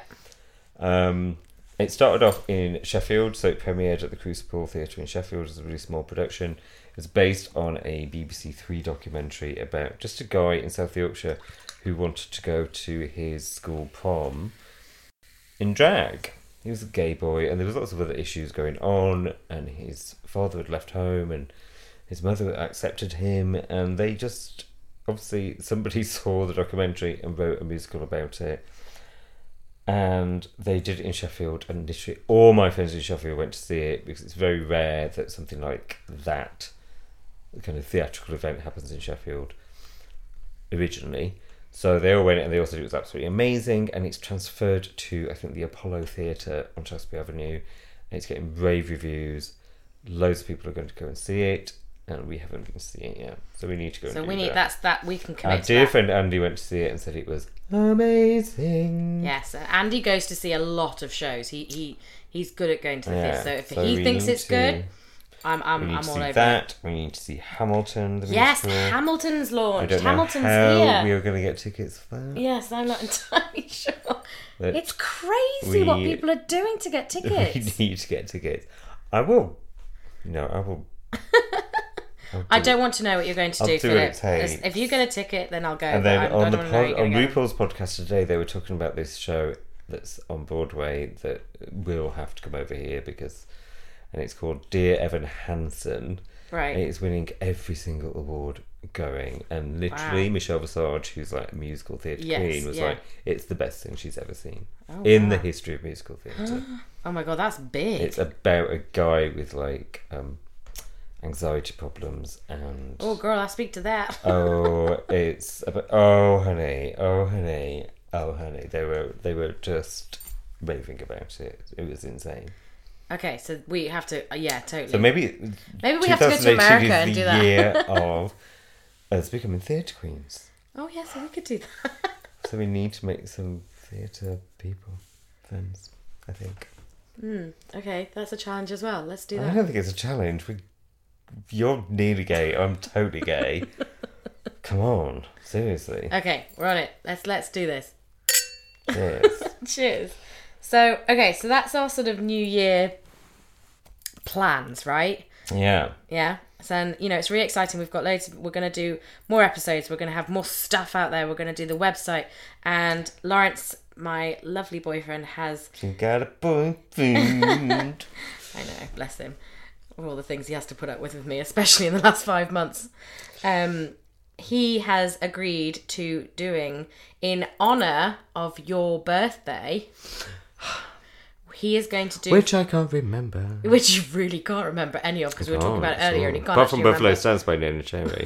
Speaker 1: Um, it started off in Sheffield, so it premiered at the Crucible Theatre in Sheffield as a really small production. It was based on a BBC Three documentary about just a guy in South Yorkshire who wanted to go to his school prom in drag. He was a gay boy, and there was lots of other issues going on. And his father had left home, and his mother accepted him, and they just obviously somebody saw the documentary and wrote a musical about it. And they did it in Sheffield, and literally all my friends in Sheffield went to see it because it's very rare that something like that kind of theatrical event happens in Sheffield originally. So they all went and they all said it was absolutely amazing. And it's transferred to, I think, the Apollo Theatre on Shaftesbury Avenue. And it's getting rave reviews. Loads of people are going to go and see it. And we haven't been seeing it yet. So we need to go
Speaker 2: So
Speaker 1: and
Speaker 2: we
Speaker 1: do
Speaker 2: need
Speaker 1: that.
Speaker 2: that's that we can
Speaker 1: Our
Speaker 2: commit. to
Speaker 1: dear
Speaker 2: that.
Speaker 1: friend Andy went to see it and said it was amazing.
Speaker 2: Yes, uh, Andy goes to see a lot of shows. He he he's good at going to the
Speaker 1: Yeah,
Speaker 2: theatre. So if
Speaker 1: so
Speaker 2: he
Speaker 1: we
Speaker 2: thinks
Speaker 1: need
Speaker 2: it's
Speaker 1: to-
Speaker 2: good, I'm
Speaker 1: We
Speaker 2: I'm
Speaker 1: need
Speaker 2: I'm
Speaker 1: to
Speaker 2: all
Speaker 1: see
Speaker 2: over it.
Speaker 1: that. We need to see Hamilton. The
Speaker 2: Yes,
Speaker 1: musical.
Speaker 2: Hamilton's
Speaker 1: I
Speaker 2: launched.
Speaker 1: don't know
Speaker 2: Hamilton's
Speaker 1: how
Speaker 2: here.
Speaker 1: we are going to get tickets for that.
Speaker 2: Yes, I'm not entirely sure.
Speaker 1: But
Speaker 2: It's crazy what
Speaker 1: we-
Speaker 2: people are doing to get
Speaker 1: We
Speaker 2: tickets.
Speaker 1: need to get tickets. I will. No, I will. I'll
Speaker 2: I
Speaker 1: do
Speaker 2: don't want to know what you're going to
Speaker 1: I'll
Speaker 2: do,
Speaker 1: do
Speaker 2: Philip.
Speaker 1: what it takes.
Speaker 2: As- If you get a ticket, then I'll go.
Speaker 1: And
Speaker 2: but
Speaker 1: then
Speaker 2: I'm- I
Speaker 1: on the
Speaker 2: don't wanna
Speaker 1: pod,
Speaker 2: know what you're
Speaker 1: on
Speaker 2: gonna go.
Speaker 1: RuPaul's podcast today, they were talking about this show that's on Broadway that will have to come over here because, and it's called Dear Evan Hansen. And
Speaker 2: Right.
Speaker 1: it's winning every single award going, and literally Michelle Visage, who's like a musical theatre
Speaker 2: Yes,
Speaker 1: queen, was
Speaker 2: yeah.
Speaker 1: like, "It's the best thing she's ever seen
Speaker 2: Oh,
Speaker 1: in the
Speaker 2: wow.
Speaker 1: history of musical theatre."
Speaker 2: Oh my god, that's big.
Speaker 1: it's about a guy with like um, anxiety problems and
Speaker 2: Oh girl, I speak to that.
Speaker 1: oh, it's about, oh honey, oh honey, oh honey. They were they were just raving about it. It was insane.
Speaker 2: okay, so we have to. uh, yeah, totally.
Speaker 1: So maybe
Speaker 2: Maybe we have to go to
Speaker 1: 2018
Speaker 2: America
Speaker 1: is
Speaker 2: and
Speaker 1: the
Speaker 2: do that.
Speaker 1: year of us becoming theatre queens.
Speaker 2: Oh yes, we could do that.
Speaker 1: So we need to make some theatre people friends. I think.
Speaker 2: Okay, that's a challenge as well. Let's do
Speaker 1: I
Speaker 2: that.
Speaker 1: don't think it's a challenge. We, you're nearly gay. I'm totally gay. Come on, seriously.
Speaker 2: Okay, we're on it. Let's let's do this. Uh.
Speaker 1: Yes.
Speaker 2: Cheers. So okay, so that's our sort of New Year plans, right?
Speaker 1: Yeah.
Speaker 2: Yeah. So and, you know it's really exciting. We've got loads. we're going to do more episodes. We're going to have more stuff out there. We're going to do the website. And Lawrence, my lovely boyfriend, has
Speaker 1: She got a boyfriend.
Speaker 2: I know, bless him, for all the things he has to put up with with me, especially in the last five months. Um, he has agreed to doing in honor of your birthday. He is going to do which,
Speaker 1: Which I can't remember.
Speaker 2: you really can't remember any of because we were talking about it earlier and you can't
Speaker 1: Oh, Apart from
Speaker 2: actually
Speaker 1: Buffalo
Speaker 2: remember.
Speaker 1: Stance by Nona Cherry.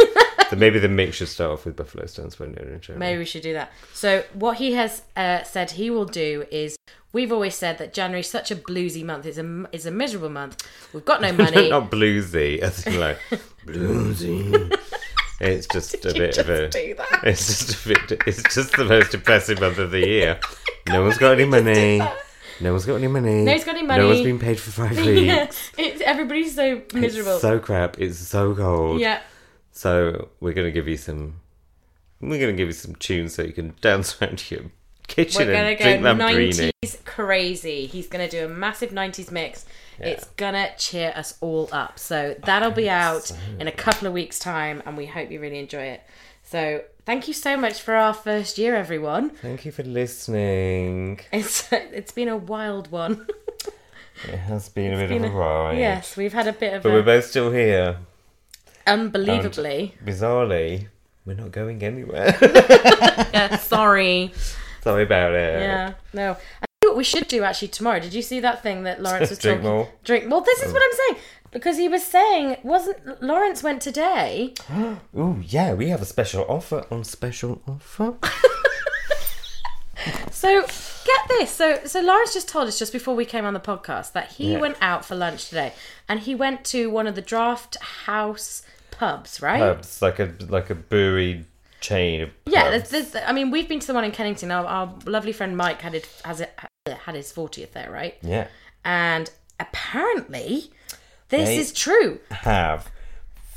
Speaker 1: so maybe the mix should start off with Buffalo Stance by Nona Cherry.
Speaker 2: Maybe we should do that. So what he has uh, said he will do is we've always said that January is such a bluesy month. It's a it's a miserable month. We've got no money.
Speaker 1: Not bluesy. I think like bluesy. It's just a bit of a.
Speaker 2: Just do that.
Speaker 1: It's just a bit. It's just the most depressing month of the year. No one's got any money. No one's got any money. No
Speaker 2: one's got any
Speaker 1: No one's
Speaker 2: money.
Speaker 1: been paid for five
Speaker 2: yeah,
Speaker 1: weeks.
Speaker 2: it's everybody's so miserable.
Speaker 1: It's so crap. It's so cold.
Speaker 2: yeah,
Speaker 1: So we're gonna give you some. We're gonna give you some tunes so you can dance around your kitchen
Speaker 2: we're gonna
Speaker 1: and drink
Speaker 2: go
Speaker 1: Lambrini.
Speaker 2: nineties crazy. He's gonna do a massive nineties mix. It's gonna cheer us all up. So that'll be out in a couple of weeks' time, and we hope you really enjoy it. So thank you so much for our first year, everyone.
Speaker 1: Thank you for listening.
Speaker 2: It's it's been a wild one.
Speaker 1: It has been a bit
Speaker 2: been
Speaker 1: of a ride.
Speaker 2: yes, we've had a bit of
Speaker 1: But we're
Speaker 2: a,
Speaker 1: both still here.
Speaker 2: unbelievably.
Speaker 1: Bizarrely, we're not going anywhere.
Speaker 2: Yeah, sorry.
Speaker 1: Sorry about it.
Speaker 2: Yeah, no. I think what we should do actually tomorrow. Did you see that thing that Lawrence was
Speaker 1: Drink
Speaker 2: talking?
Speaker 1: more. Uh.
Speaker 2: Drink. Well, this is what I'm saying because he was saying wasn't Lawrence went today?
Speaker 1: Oh yeah, we have a special offer on special offer.
Speaker 2: So get this. So so Lawrence just told us just before we came on the podcast that he
Speaker 1: Yeah.
Speaker 2: went out for lunch today and he went to one of the draft house pubs, right?
Speaker 1: Pubs like a like a brewery chain of
Speaker 2: Yeah,
Speaker 1: pubs.
Speaker 2: there's, there's, I mean, we've been to the one in Kennington. Our, our lovely friend Mike had it, has it, had his 40th there, right?
Speaker 1: yeah.
Speaker 2: And apparently, this
Speaker 1: They-
Speaker 2: is true.
Speaker 1: Have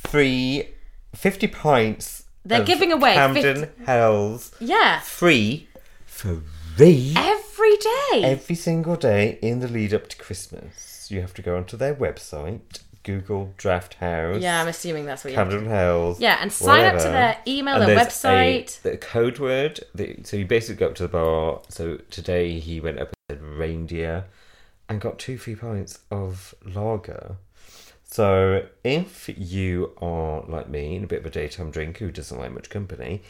Speaker 1: free fifty pints.
Speaker 2: They're
Speaker 1: of
Speaker 2: giving away
Speaker 1: Camden Hells
Speaker 2: Yeah.
Speaker 1: free free
Speaker 2: Every day.
Speaker 1: every single day in the lead up to Christmas. You have to go onto their website, Google Draft House.
Speaker 2: yeah, I'm assuming that's what you
Speaker 1: Camden Hells.
Speaker 2: Yeah, and sign up to
Speaker 1: whatever.
Speaker 2: their email,
Speaker 1: And
Speaker 2: their
Speaker 1: there's a-
Speaker 2: Oh, website.
Speaker 1: the code word. The, so you basically go up to the bar. So today he went up and said reindeer, and got two free pints of lager. So if you are like me and a bit of a daytime drinker who doesn't like much company,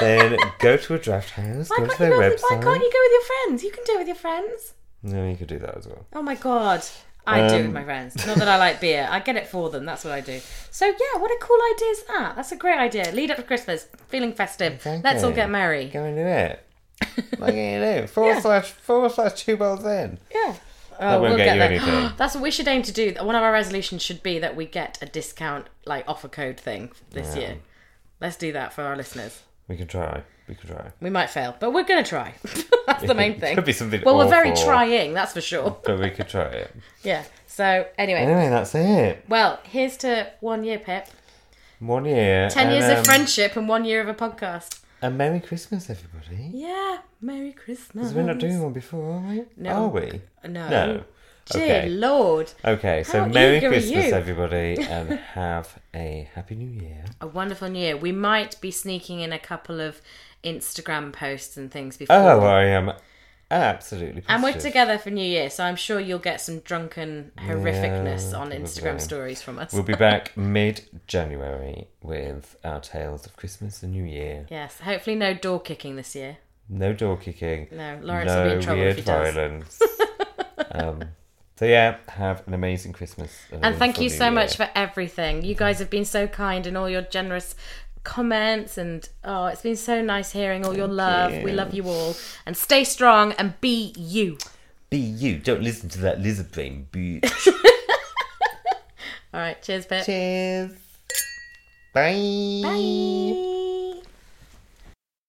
Speaker 1: then go to a draft house,
Speaker 2: Why
Speaker 1: go
Speaker 2: can't,
Speaker 1: to
Speaker 2: you
Speaker 1: their
Speaker 2: go with, why
Speaker 1: website.
Speaker 2: can't you go with your friends? You can do it with your friends.
Speaker 1: No, you could do that as well.
Speaker 2: Oh my god. I do it
Speaker 1: Um,
Speaker 2: with my friends. Not that I like beer. I get it for them. That's what I do. So yeah, what a cool idea is that? That's a great idea. Lead up to Christmas, feeling festive. Let's all
Speaker 1: Exactly.
Speaker 2: get merry.
Speaker 1: Go and do it. like you do. Four slash four slash two bells in.
Speaker 2: Yeah.
Speaker 1: won't get you anything.
Speaker 2: That's what we should aim to do. One of our resolutions should be that we get a discount, like offer code thing this year. Let's do that for our listeners.
Speaker 1: We can try. We can try.
Speaker 2: We might fail, but we're gonna try. that's the main
Speaker 1: It
Speaker 2: thing.
Speaker 1: could be something
Speaker 2: Well, we're very
Speaker 1: awful.
Speaker 2: trying. That's for sure.
Speaker 1: But we could try it.
Speaker 2: Yeah. So anyway,
Speaker 1: Anyway, that's it.
Speaker 2: well, here's to one year, Pip.
Speaker 1: One year.
Speaker 2: Ten
Speaker 1: and,
Speaker 2: years
Speaker 1: um,
Speaker 2: of friendship and one year of a podcast.
Speaker 1: And Merry Christmas, everybody.
Speaker 2: Yeah. Merry Christmas.
Speaker 1: Because we're not doing one before, are we?
Speaker 2: No.
Speaker 1: Are we? No.
Speaker 2: No. Dear
Speaker 1: Okay.
Speaker 2: Lord,
Speaker 1: Okay, so
Speaker 2: How
Speaker 1: Merry
Speaker 2: eager are
Speaker 1: Christmas,
Speaker 2: you?
Speaker 1: everybody, and have a Happy New Year.
Speaker 2: a wonderful new year. We might be sneaking in a couple of Instagram posts and things before.
Speaker 1: Oh, I am absolutely
Speaker 2: And we're
Speaker 1: positive.
Speaker 2: together for New Year, so I'm sure you'll get some drunken horrificness
Speaker 1: Yeah,
Speaker 2: on
Speaker 1: probably.
Speaker 2: Instagram stories from us.
Speaker 1: We'll be back mid January with our tales of Christmas and New Year.
Speaker 2: yes, hopefully no door kicking this year.
Speaker 1: No door kicking.
Speaker 2: No, Lawrence
Speaker 1: no
Speaker 2: will be in trouble
Speaker 1: weird
Speaker 2: if he does.
Speaker 1: violence. um, so yeah, have an amazing Christmas. a
Speaker 2: And thank
Speaker 1: wonderful
Speaker 2: you
Speaker 1: New
Speaker 2: so
Speaker 1: Year.
Speaker 2: much for everything. You guys have been so kind and all your generous comments and oh it's been so nice hearing all your love. We
Speaker 1: you.
Speaker 2: love you all. And stay strong and be you.
Speaker 1: Be you. Don't listen to that lizard brain bitch.
Speaker 2: All right, cheers, Pip.
Speaker 1: Cheers. Bye.
Speaker 2: Bye.